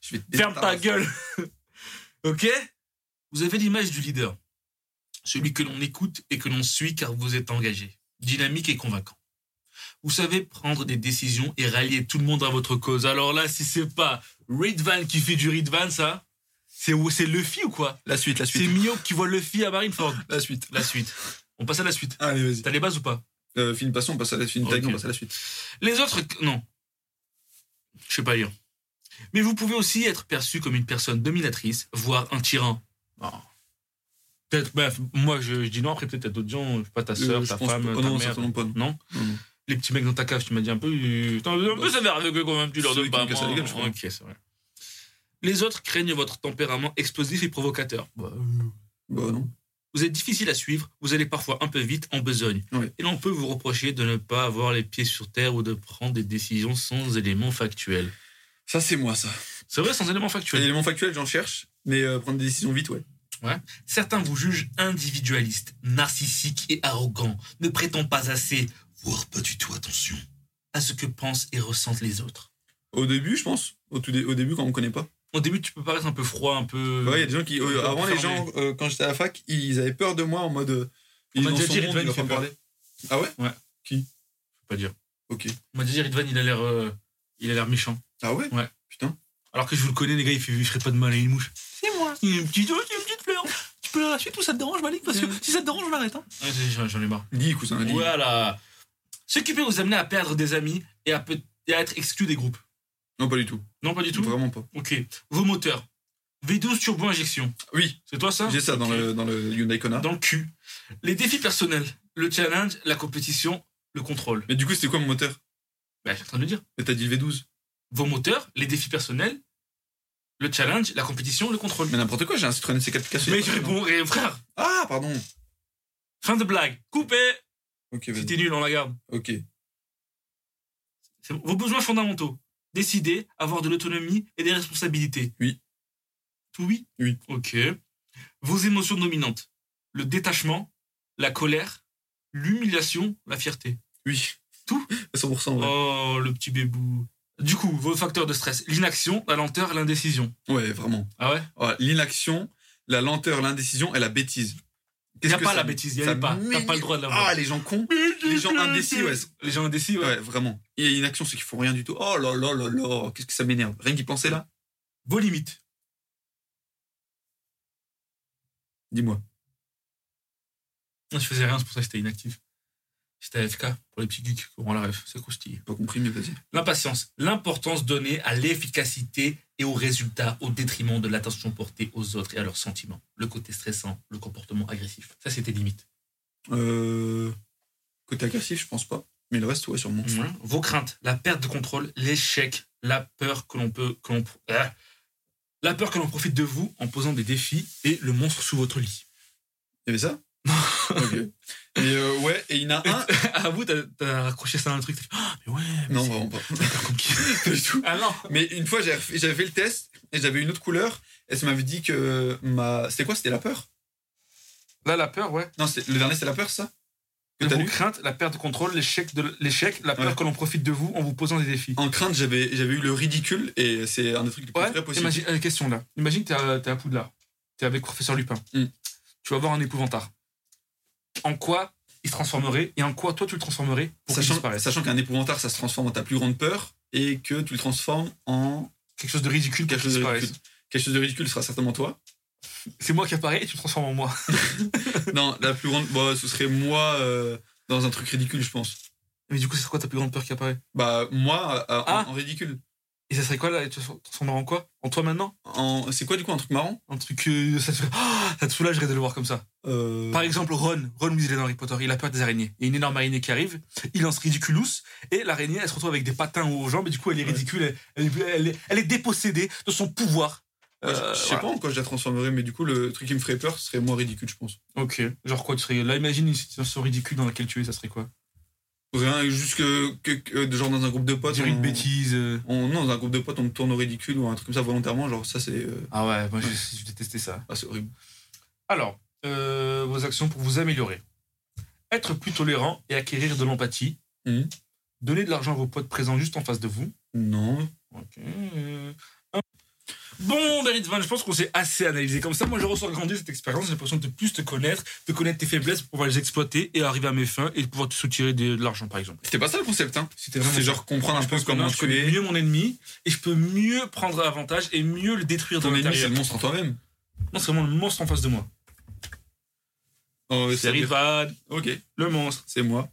Je vais te Ferme ta détarasser. gueule. [laughs] ok Vous avez l'image du leader. Celui que l'on écoute et que l'on suit car vous êtes engagé. Dynamique et convaincant. Vous savez prendre des décisions et rallier tout le monde à votre cause. Alors là, si c'est pas Ridvan qui fait du Ridvan, ça, c'est c'est Luffy ou quoi La suite, la C'est suite. Mio qui voit Luffy à Marineford. La suite. La suite. On passe à la suite. Allez, vas-y. T'as les bases ou pas Euh, film passons, on passe à la suite. Ok. Taïwan, on passe à la suite. Les autres, non. Je sais pas lire. Mais vous pouvez aussi être perçu comme une personne dominatrice, voire un tyran. Ah. Peut-être, bah, moi je, je dis non, après peut-être t'as d'autres gens, je sais pas ta soeur, Euh, je ta pense femme, pas- ta oh non, mère. certainement pas. non. Non Non, non. Les petits mecs dans ta cave, tu m'as dit un peu. euh, t'es un peu un peu sévère avec eux quand même, tu leur Ceux donnes qui pas. me cassent la moi. gueule, je crois. Ok, c'est vrai. Les autres craignent votre tempérament explosif et provocateur. Bah, non. Vous êtes difficile à suivre, vous allez parfois un peu vite en besogne. Ouais. Et l'on peut vous reprocher de ne pas avoir les pieds sur terre ou de prendre des décisions sans éléments factuels. Ça, c'est moi, ça. C'est vrai, sans éléments Les factuels. éléments factuels, j'en cherche. Mais euh, prendre des décisions vite, ouais. Certains vous jugent individualiste, narcissique et arrogant, ne prétend pas assez, voire pas du tout attention, à ce que pensent et ressentent les autres. Au début, je pense. Au, tout dé- au début, quand on connaît pas. Au début, tu peux paraître un peu froid, un peu. Ouais, il y a des gens qui. euh, peu avant, les fermé. gens, euh, quand j'étais à la fac, ils avaient peur de moi en mode. euh, On il m'a est dans déjà son dit, monde, Ridvan, il va il pas fait me peur. parler. Ah ouais Faut pas dire. Ok. On m'a dit Ridvan, il a l'air, euh, il a l'air méchant. Ah ouais Ouais. Putain. Alors que je vous le connais, les gars, il fait, il ferait pas de mal à une mouche. C'est moi. Il y a une petite, oh, il y a une petite fleur. Tu peux la suite ou ça te dérange, Malik Parce que si ça te dérange, on arrête. Hein. j'en, j'en ai marre. Dis, cousin, dis. Voilà. Ce qui peut vous amener à perdre des amis et à, peut- et à être exclu des groupes. Non, pas du tout. Non, pas du tout. Vraiment pas. Ok. Vos moteurs. V12 turbo injection. Oui, C'est toi ça j'ai ça dans Ah, Ok. le, dans le Hyundai Kona. Dans le cul. Les défis personnels. Le challenge, la compétition, le contrôle. Mais du coup, c'était quoi mon moteur Bah, je suis en train de le dire. Mais t'as dit le V12. Vos moteurs, les défis personnels, le challenge, la compétition, le contrôle. Mais n'importe quoi, j'ai un Citroën C4 cassé. Mais je réponds, eh, frère, Ah, pardon. fin de blague. Coupé Ok, Si vas-y. t'es nul, on la garde. Ok. C'est bon. Vos besoins fondamentaux. Décider, avoir de l'autonomie et des responsabilités. Oui. Tout oui Oui. Ok. Vos émotions dominantes. Le détachement, la colère, l'humiliation, la fierté. Oui. Tout 100%, ouais. Oh, le petit bébou. Du coup, vos facteurs de stress. L'inaction, la lenteur, l'indécision. Ouais, vraiment. Ah ouais Ouais, L'inaction, la lenteur, l'indécision et la bêtise. Il Qu'est-ce a que pas ça- la bêtise, il n'y ça a pas. T'as pas le m'énerve. droit de l'avoir. Ah, les gens cons. Les gens indécis, ouais. Les gens indécis, ouais. Ouais, vraiment. Il y a une action, c'est qu'ils font rien du tout. Oh là là là là, qu'est-ce que ça m'énerve. Rien d'y penser là Vos limites. Dis-moi. Non, Je faisais rien, c'est pour ça que j'étais inactif. J'étais AFK pour les petits geeks qui auront la ref. C'est croustillé. Pas compris, mais vas-y. L'impatience, l'importance donnée à l'efficacité et aux résultats au détriment de l'attention portée aux autres et à leurs sentiments. Le côté stressant, le comportement agressif. Ça, c'était limite. Euh, Côté agressif, je pense pas. Mais le reste, ouais, sûrement. Vos craintes, la perte de contrôle, l'échec, la peur que l'on peut, que l'on, pro- Ah. la peur que l'on profite de vous en posant des défis et le monstre sous votre lit. [laughs] Il y avait ça Ok. Et euh, ouais, et il y en a un. Ah, à vous, t'as, t'as raccroché ça à un truc. t'as fait, Ah, mais ouais. mais Non, c'est vraiment pas. [laughs] la peur qu'on kiffe. Pas du tout. ah non. Mais une fois, j'avais refait- j'avais fait le test et j'avais une autre couleur. Et ça m'avait dit que ma. C'était quoi C'était la peur Là, la peur, ouais. Non, c'était- le dernier, c'est la peur, ça Que t'as Vos lu craintes, la perte de contrôle, l'échec, de, l'échec la peur Ouais. que l'on profite de vous en vous posant des défis. En crainte, j'avais j'avais eu le ridicule et c'est un des trucs les plus Ouais, vrais possibles. imagine, euh, question là. Imagine que t'es à, t'es à Poudlard. T'es avec professeur Lupin. Mm. Tu vas voir un épouvantard. En quoi il se transformerait et en quoi toi tu le transformerais pour qu'il Sachant, disparaisse sachant qu'un épouvantard, ça se transforme en ta plus grande peur et que tu le transformes en Quelque chose de ridicule pour quelque qu'il chose de disparaisse. ridicule. Quelque chose de ridicule sera [laughs] certainement toi. C'est moi qui apparais et tu le transformes en moi. [laughs] non, la plus grande, bah, ce serait moi euh, dans un truc ridicule, je pense. Mais du coup, c'est quoi ta plus grande peur qui apparaît Bah, moi, euh, en- Ah. en, ridicule. Et ça serait quoi là Tu transformes en quoi En toi maintenant En- C'est quoi, du coup, un truc marrant Un truc. euh, [gasps] ça, te... Ah, ça te soulagerait de le voir comme ça. Euh, Par exemple, Ron, Ron Weasley dans Harry Potter, il a peur des araignées. Il y a une énorme araignée qui arrive, il lance Ridiculous, et l'araignée, elle se retrouve avec des patins aux jambes, et du coup, elle est Ouais. ridicule, elle, elle- elle est, elle est dépossédée de son pouvoir. ouais, je- Euh, je sais pas en quoi je la transformerais, mais du coup, le truc qui me ferait peur, ce serait moins ridicule, je pense. voilà. Ok. Genre quoi, tu serais. Là, imagine une situation ridicule dans laquelle tu es, ça serait quoi Rien, juste que, que- que- euh, de genre dans un groupe de potes. Dire une on- bêtise. euh. on- non, dans un groupe de potes, on me tourne au ridicule ou un truc comme ça volontairement, genre ça, c'est euh, Ah ouais, moi, je, je détestais ça. ah, c'est horrible. Alors, euh, vos actions pour vous améliorer. Être plus tolérant et acquérir de l'empathie. Mhm. Donner de l'argent à vos potes présents juste en face de vous. Non. Ok. euh, Bon, David Van, je pense qu'on s'est assez analysé. Comme ça, moi, je ressors grandi de cette expérience. J'ai l'impression de plus te connaître, de connaître tes faiblesses pour pouvoir les exploiter et arriver à mes fins et pouvoir te soutirer des- de l'argent, par exemple. C'était pas ça le concept, hein. C'était C'est genre comprendre un peu comment Maintenant, je tu connais es. mieux mon ennemi et je peux mieux prendre avantage et mieux le détruire de Ton ennemi, c'est l'intérieur. le monstre en toi-même. Non, c'est vraiment le monstre en face de moi. Oh, C'est c'est- David Van, Ok, le monstre. c'est moi.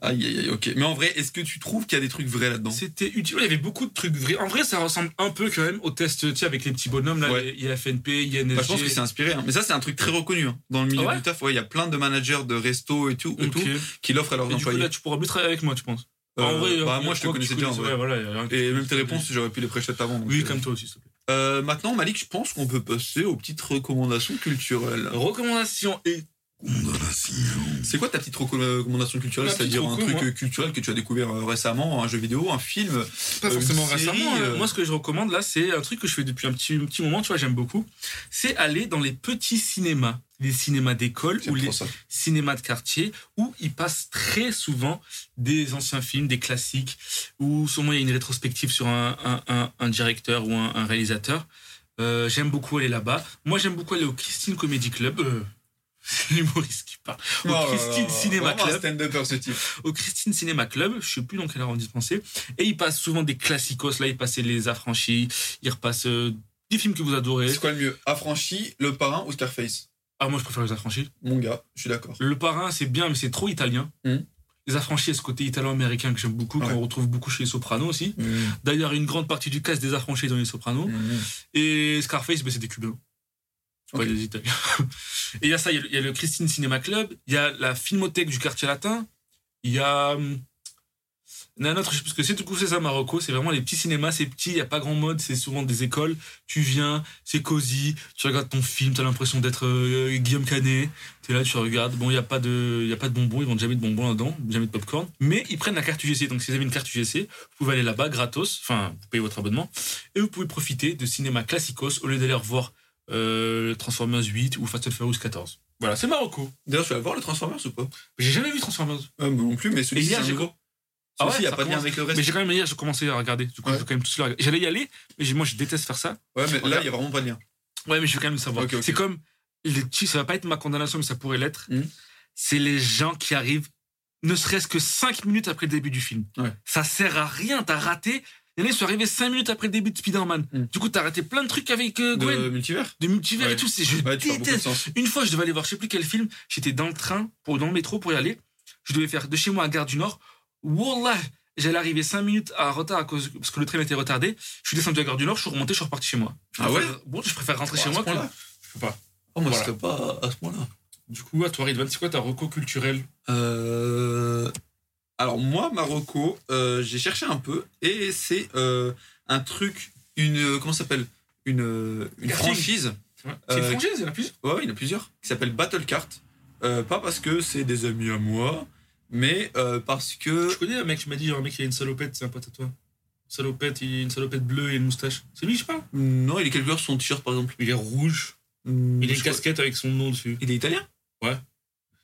Aïe, aïe, aïe, ok. Mais en vrai, est-ce que tu trouves qu'il y a des trucs vrais là-dedans C'était utile. Ouais, Il y avait beaucoup de trucs vrais. En vrai, ça ressemble un peu quand même au test, tu sais, avec les petits bonhommes, là, Ouais. les IFNP, INSG. Bah, je pense que c'est inspiré. hein. Mais ça, c'est un truc très reconnu. hein. Dans le milieu Ah ouais du taf, ouais, il y a plein de managers de resto et tout, et Ok. tout qui l'offrent à leurs Et du coup, employés. là, tu pourras mieux travailler avec moi, tu penses Euh, En vrai, bah, euh, moi, je te que connaissais tu déjà en vrai. ouais, voilà, y a rien que- Et même tes réponses, j'aurais pu les préchettes avant. donc, Oui, euh, comme toi aussi, s'il te plaît. Euh, maintenant, Malik, je pense qu'on peut passer aux petites recommandations culturelles. Recommandations et. C'est quoi ta petite reco- euh, recommandation culturelle Ma petite C'est-à-dire un reco, truc moi. euh, culturel que tu as découvert euh, récemment, un jeu vidéo, un film Pas Euh, une forcément série, récemment. euh, euh, Moi, ce que je recommande là, c'est un truc que je fais depuis un petit, un petit moment, tu vois, j'aime beaucoup. C'est aller dans les petits cinémas, les cinémas d'école ou J'aime les trop ça. cinémas de quartier, où ils passent très souvent des anciens films, des classiques, où souvent il y a une rétrospective sur un, un- un- un directeur ou un, un réalisateur. Euh, j'aime beaucoup aller là-bas. Moi, j'aime beaucoup aller au Christine Comedy Club. Euh, [laughs] c'est l'humoriste qui parle. Au Oh là Christine là, Cinéma vraiment un Club. stand-upper, ce type. au Christine Cinéma Club, je sais plus dans quel arrondissement c'est, et ils passent souvent des classicos, là ils passaient Les Affranchis, ils repassent euh, des films que vous adorez. C'est quoi le mieux Affranchi, Le Parrain ou Scarface Ah moi je préfère Les Affranchis. Mon gars, je suis d'accord. Le Parrain c'est bien mais c'est trop italien. Mhm. Les Affranchis, a ce côté italo-américain que j'aime beaucoup, Ouais. qu'on retrouve beaucoup chez les Sopranos aussi. D'ailleurs, une grande partie du cast des Affranchis est dans les Sopranos. Mmh. Et Scarface, ben, c'est des Cubains. C'est Ok. Pas des Italiens. [laughs] Et il y a ça, il y a le- il y, a le Christine Cinéma Club, il y a la Filmothèque du quartier latin, il y a. hum, il y en a un autre, je sais plus ce que c'est, du coup, c'est ça, Marocco. C'est vraiment les petits cinémas, c'est petit, il n'y a pas grand mode, c'est souvent des écoles. Tu viens, c'est cosy, tu regardes ton film, tu as l'impression d'être euh, Guillaume Canet. Tu es là, tu regardes. Bon, il n'y a, pas de- il y a pas de bonbons, ils vendent jamais de bonbons là-dedans, jamais de popcorn. Mais ils prennent la carte UGC, donc si vous avez une carte UGC, vous pouvez aller là-bas gratos, enfin, vous payez votre abonnement, et vous pouvez profiter de cinéma classicos au lieu d'aller revoir euh, Transformers 8 ou Fast and Furious 14. Voilà, c'est Marocco. D'ailleurs, tu vas voir le Transformers ou pas J'ai jamais vu Transformers. Euh, moi non plus, mais Et celui-ci, hier, c'est un j'ai nouveau. Ah ouais, Celui-ci, il n'y a ça pas de lien commence. avec le reste. Mais j'ai quand même hier, j'ai commencé à regarder. Du coup, Ouais. je vais quand même tous les regarder. J'allais y aller, mais j'ai- moi, je déteste faire ça. Ouais, mais là, il n'y a vraiment pas de lien. Ouais, mais je vais quand même le savoir. Ok, ok. C'est comme les petits, ça va pas être ma condamnation, mais ça pourrait l'être. Mhm. C'est les gens qui arrivent, ne serait-ce que 5 minutes après le début du film. Ouais. Ça sert à rien, t'as raté. Il y en a, ils sont arrivés 5 minutes après le début de Spider-Man. Mhm. Du coup, t'as raté plein Hmm. de trucs avec euh, Gwen. De multivers de multivers Ouais. et tout. c'est- Je Ouais, tu perds beaucoup de déteste. sens. Une fois, je devais aller voir, je sais plus quel film. J'étais dans le train pour dans le métro pour y aller. Je devais faire de chez moi à Gare du Nord. Wallah, j'allais arriver 5 minutes à retard à cause parce que le train était retardé. Je suis descendu à Gare du Nord, je suis remonté, je suis reparti chez moi. Je Ah ouais préfère- bon, je préfère rentrer chez À ce moi. que- point-là Je peux pas. Oh, moi, Voilà. ce serait pas à ce point-là. Du coup, à toi, Ridvan, c'est quoi ta reco culturelle Euh, Alors, moi, Marocco, euh, j'ai cherché un peu et c'est euh, un truc, une. euh, Comment ça s'appelle Une, euh, une Karting. franchise. C'est une Euh, franchise, c'est la plus. Ouais, ouais, il y en a plusieurs. Qui s'appelle Battle Cart. Euh, pas parce que c'est des amis à moi, mais euh, parce que. Je connais un mec, tu m'as dit, un mec qui a une salopette, c'est un pote à toi. Salopette, il a une salopette bleue et une moustache. C'est lui, je parle Non, il est quelle couleur son t-shirt par exemple Hmm, Il est rouge. Il a une casquette avec son nom dessus. Il est italien Ouais.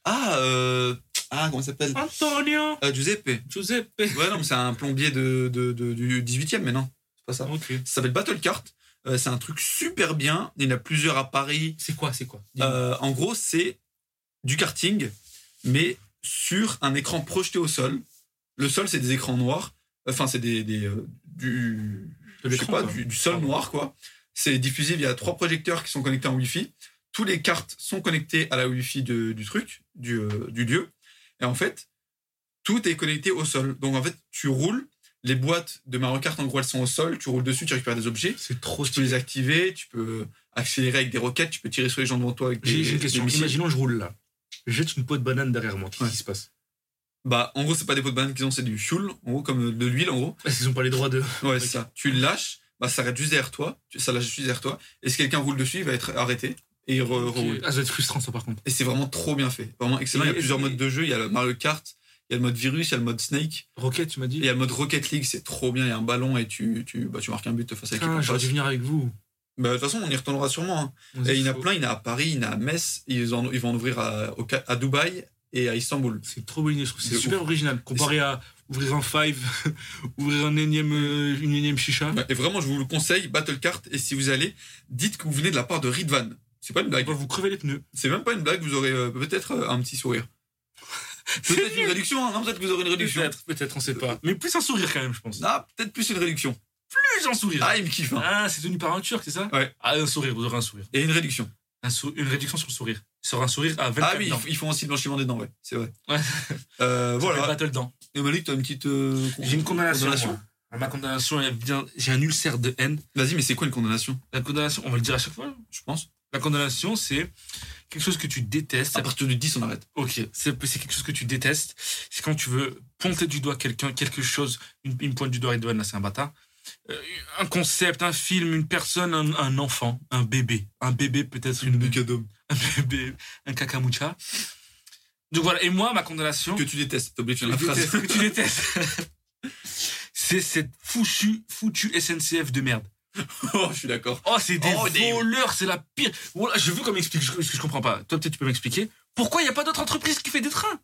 Ah, euh... ah comment il s'appelle Antonio Euh, Giuseppe. Ouais, Giuseppe non, mais c'est un plombier de, de- de- du 18 e mais non, c'est pas ça. Ok. Ça s'appelle Battle Cart. Euh, c'est un truc super bien. Il y en a plusieurs à Paris. C'est quoi, c'est quoi Euh, en gros, c'est du karting, mais sur un écran projeté au sol. Le sol, c'est des écrans noirs. Enfin, c'est des, des, euh, du, De je sais l'écran, pas, quoi. du, du sol noir, quoi. C'est diffusé via trois projecteurs qui sont connectés en Wi-Fi. Tous les cartes sont connectées à la Wi-Fi de- du truc, du, euh, du lieu. Et en fait, tout est connecté au sol. Donc en fait, tu roules. Les boîtes de Mario Kart, en gros, elles sont au sol. Tu roules dessus, tu récupères des objets. C'est trop Tu peux les activer, tu peux accélérer avec des roquettes, tu peux tirer sur les gens devant toi avec des, J'ai j'ai une des question. missiles. Imaginons, je roule là. Je jette une peau de banane derrière moi. Qu'est-ce Ouais. qui se passe Bah, en gros, c'est pas des pots de banane qu'ils ont, c'est du fuel, en gros, comme de l'huile, en gros. Parce qu'ils ont pas les droits de. Ouais, c'est ça. Tu le lâches, bah, ça arrête juste derrière toi. Tu- Ça lâche juste derrière toi. Et si quelqu'un roule dessus, il va être arrêté et il re- roule. Ah, ça va être frustrant, ça, par contre. Et c'est vraiment trop bien fait. Vraiment excellent. Et- Il y a plusieurs et- modes de jeu. Il y a le Mario Kart, il y a le mode virus, il y a le mode Snake, Rocket, tu m'as et il dit. y a le mode Rocket League. C'est trop bien. Il y a un ballon et tu, tu, bah, tu marques un but de face à l'équipe. Putain, en Ah, j'aurais face. dû venir avec vous. Bah, de toute façon, on y retournera sûrement. hein. Et il y en a plein. Il y en a à Paris, il y en a à Metz. Ils, en- ils vont en ouvrir à, au Ca- à Dubaï et à Istanbul. C'est trop bonne idée, je trouve. C'est De super ouf. original. Comparé à ouvrir un Five, [laughs] ouvrir un énième, euh, une énième chicha. Ouais, Et vraiment, je vous le conseille, Battle Kart. Et si vous allez, dites que vous venez de la part de Ridvan. C'est pas une blague. On va vous crever les pneus. C'est même pas une blague, vous aurez euh, peut-être euh, un [laughs] petit sourire. Peut-être une réduction, hein, non Peut-être que vous aurez une réduction. Peut-être, peut-être, on sait pas. Mais plus un sourire quand même, je pense. Ah, peut-être plus une réduction. Plus un sourire. Ah, il me kiffe. hein. Ah, c'est tenu par un turc, c'est ça Ouais. Ah, un sourire, vous aurez un sourire. Et une réduction. Un sou- une réduction sur le sourire. Sur un sourire à 24 Ah oui, ils dents. f- ils font aussi le blanchiment des dents, ouais, c'est vrai. Ouais. Euh, Ça voilà. s'appelle Battle dents. Et Malik, t'as une petite. euh, con- J'ai une condamnation. condamnation moi. Ah, Ma condamnation, elle vient. J'ai un ulcère de haine. Vas-y, mais c'est quoi une condamnation La condamnation, on va le dire à chaque fois. hein. Je pense. La condamnation, c'est quelque chose que tu détestes. À partir du 10, on arrête. Ok, c'est c'est quelque chose que tu détestes. C'est quand tu veux pointer du doigt quelqu'un, quelque chose. Une, une pointe du doigt, Edouard, là, c'est un bâtard. Euh, un concept, un film, une personne, un, un enfant, un bébé. Un bébé, peut-être une, d'homme. un [laughs] bébé, un cacamucha. Donc voilà, et moi, ma condamnation. Que tu détestes, t'as oublié de faire la que tu phrase. détestes, que tu détestes. [laughs] c'est cette foutue, foutue SNCF de merde. [laughs] oh, je suis d'accord. Oh, c'est des Oh, des- voleurs, c'est la pire. Voilà, je veux qu'on m'explique, je, je comprends pas. Toi, peut-être, tu peux m'expliquer. Pourquoi il n'y a pas d'autre entreprise qui fait des trains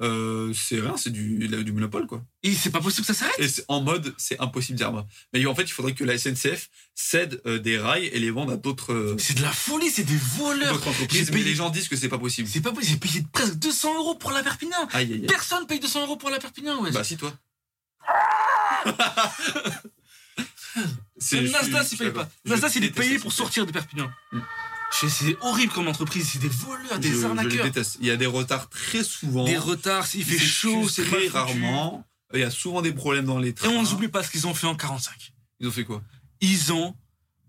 Euh, c'est rien, c'est du, la- du monopole, quoi. Et c'est pas possible que ça s'arrête. Et c'est- en mode, c'est impossible, Zerma. Mais en fait, il faudrait que la SNCF cède euh, des rails et les vende à d'autres. euh, C'est de la folie, c'est des voleurs. d'autres entreprises, J'ai mais payé- les gens disent que c'est pas possible. C'est pas possible, j'ai payé presque 200 euros pour la Perpignan. Aïe, aïe, aïe. Personne paye 200 euros pour la Perpignan, ouais. Bah, [laughs] si, toi. Même je suis- Nasdaq, je il suis paye pas. d'accord. Je Nasdaq, il est déteste payé ça. pour sortir de Perpignan. Mm. Je- C'est horrible comme entreprise, c'est des voleurs, Je- des Je les arnaqueurs. déteste. Il y a des retards très souvent. Des retards, il fait Ils chaud, s'excusent c'est mal très foutu. rarement. Il y a souvent des problèmes dans les Et trains. on n'oublie pas ce qu'ils ont fait en 45. Ils ont fait quoi ils ont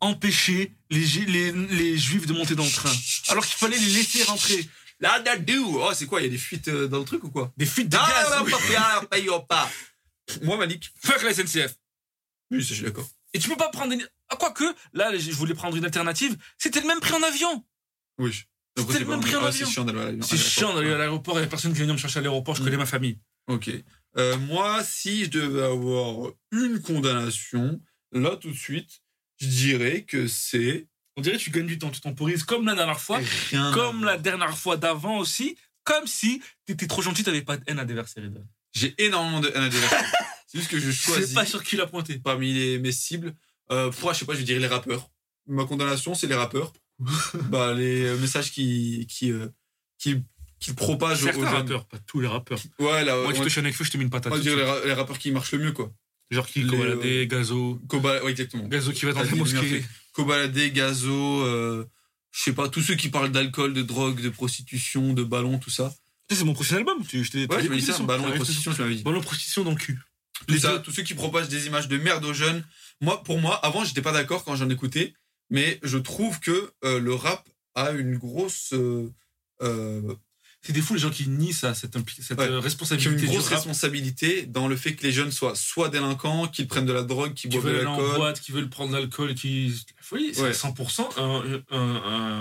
empêché les, ju- les, les juifs de monter dans le train. Alors qu'il fallait les laisser rentrer. La dadou Oh, c'est quoi Il y a des fuites euh, dans le truc ou quoi Des fuites de Ah, gaz. la oui. papa, payo pas. Moi, Malik. Fuck la SNCF. Oui, ça, je suis d'accord. Et tu peux pas prendre... Une... Ah, Quoique, là, je voulais prendre une alternative. C'était le même prix en avion. Oui. je- C'était Après, c'est le même pas- prix en ah, avion. C'est chiant d'aller à l'avion. C'est chiant d'aller à Mm. l'aéroport. Il y a personne qui vient me chercher à l'aéroport. Je connais ma famille. Ok. Euh, moi, si je devais avoir une condamnation, là tout de suite, je dirais que c'est On dirait que tu gagnes du temps. Tu temporises comme la dernière fois. rien. Comme la dernière fois d'avant aussi. Comme si t'étais trop gentil, t'avais pas de haine à déverser. Ridwan. J'ai énormément de haine [laughs] à déverser. c'est juste que je Je sais choisis pas sur qui l'a pointé. parmi les, mes cibles. Euh, pour, je sais pas, je dirais les rappeurs. Ma condamnation, c'est [laughs] les rappeurs. bah, les messages qui qui euh, qui, qui propagent aux Certains jeunes. rappeurs, pas tous les rappeurs. Ouais, là, Moi, ouais, tu touches un avec feu, je euh, te mets une patate. moi, je tout de dirais les, suite. ra- les rappeurs qui marchent le mieux, quoi. Genre qui les- commandent des gazos. Koba, ouais, exactement. Gazo qui va dans T'as la dit le meilleur mosquée. truc. Kobalade, Gazo, euh, je sais pas, tous ceux qui parlent d'alcool, de drogue, de prostitution, de ballon, tout ça. Ça, C'est mon prochain album. Tu, je t'ai t'as Ouais, tu m'as écouté dit ça, le son. ballon et Ouais, prostitution, tu m'avais dit. Ballon prostitution dans le cul. Tout les ça, deux. tous ceux qui propagent des images de merde aux jeunes. Moi, pour moi, avant, j'étais pas d'accord quand j'en écoutais, mais je trouve que euh, le rap a une grosse. euh, euh, C'est des fous les gens qui nient ça, cette, impli- cette Ouais. euh, qui ont responsabilité une du grosse rap, responsabilité dans le fait que les jeunes soient soit délinquants, qu'ils prennent de la drogue, qu'ils qui boivent de veulent aller en l'alcool, boîte, qui veulent prendre de l'alcool, qui. La folie, c'est Ouais. à 100% un, un,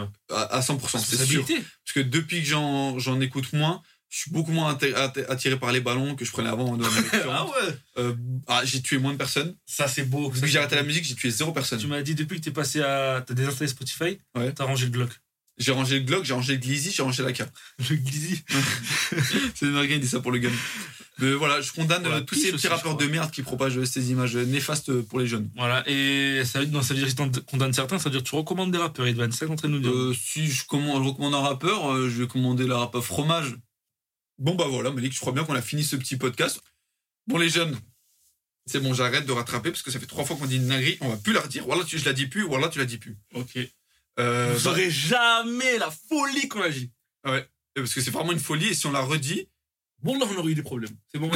un- à, à 100%, c'est sûr. responsabilité. Parce que depuis que j'en j'en écoute moins, je suis beaucoup moins atta- atta- attiré par les ballons que je prenais avant. dans [laughs] ma lecture. Ah ouais Euh, ah, j'ai tué moins de personnes. Ça, c'est beau. Depuis que j'ai arrêté la musique, j'ai tué zéro Tu personne. m'as dit depuis que t'es passé à. T'as désinstallé Spotify, Ouais. t'as rangé le Glock. J'ai rangé le Glock, j'ai rangé le Glizzy, j'ai rangé la K. Le Glizzy. [laughs] C'est une qui dit ça pour le gun. Mais voilà, je condamne Pour la euh, tous piste ces aussi, petits je rappeurs crois. de merde qui propagent euh, ces images néfastes euh, pour les jeunes. Voilà, et ça veut dire, non, ça veut dire que tu condamnes certains, ça veut dire que tu recommandes des rappeurs, Edvan. C'est ça qu'on est en train de nous dire. Euh, si je, commande, je recommande un rappeur, euh, je vais commander la rap à fromage. Bon bah voilà, Malik, je crois bien qu'on a fini ce petit podcast. Bon les jeunes, c'est bon, j'arrête de rattraper parce que ça fait trois fois qu'on dit une dinguerie, on va plus la redire. Voilà, tu, je la dis plus, voilà, tu la dis plus. ok. Euh, Vous bah, aurez jamais la folie qu'on agit. parce que c'est vraiment une folie et si on la redit, Bon, là, on aurait eu des problèmes. C'est [laughs] bon.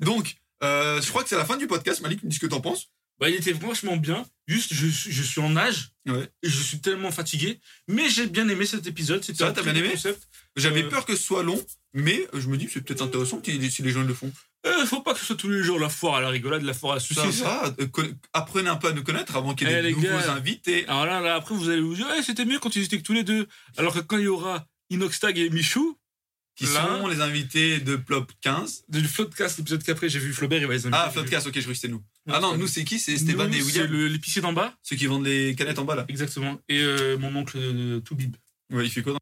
Donc, euh, je crois que c'est la fin du podcast. Malik, dis ce que t'en penses. Bah, il était franchement bien. Juste, je, suis- je suis en âge. Ouais. Et je suis tellement fatigué. Mais j'ai bien aimé cet épisode. C'était Ça, un t'as très bien bon aimé concept. J'avais Euh, peur que ce soit long, mais euh, je me dis que c'est peut-être intéressant que les- si les gens le font. Euh, faut pas que ce soit tous les jours la foire à la rigolade, la foire à la Ça souci. ça. va, euh, con- apprenez un peu à nous connaître avant qu'il y ait Eh, des les nouveaux gars. invités. Alors Ah, là, là, après, vous allez vous dire, Eh, c'était mieux quand ils étaient que tous les deux. Alors que quand il y aura Inoxtag et Michou, qui Là. sont les invités de Plop 15. du Floodcast, l'épisode qu'après, j'ai vu Flaubert, il va les inviter. Ah, Flopcast, ok, je crois que c'était nous. Ouais, Ah non, c'est nous, nous. c'est qui C'est Stéphane Nous, et C'est William, le- l'épicier d'en bas, ceux qui vendent les canettes en bas, là. exactement. Et euh, mon oncle euh, Toubib. Ouais, il fait quoi dans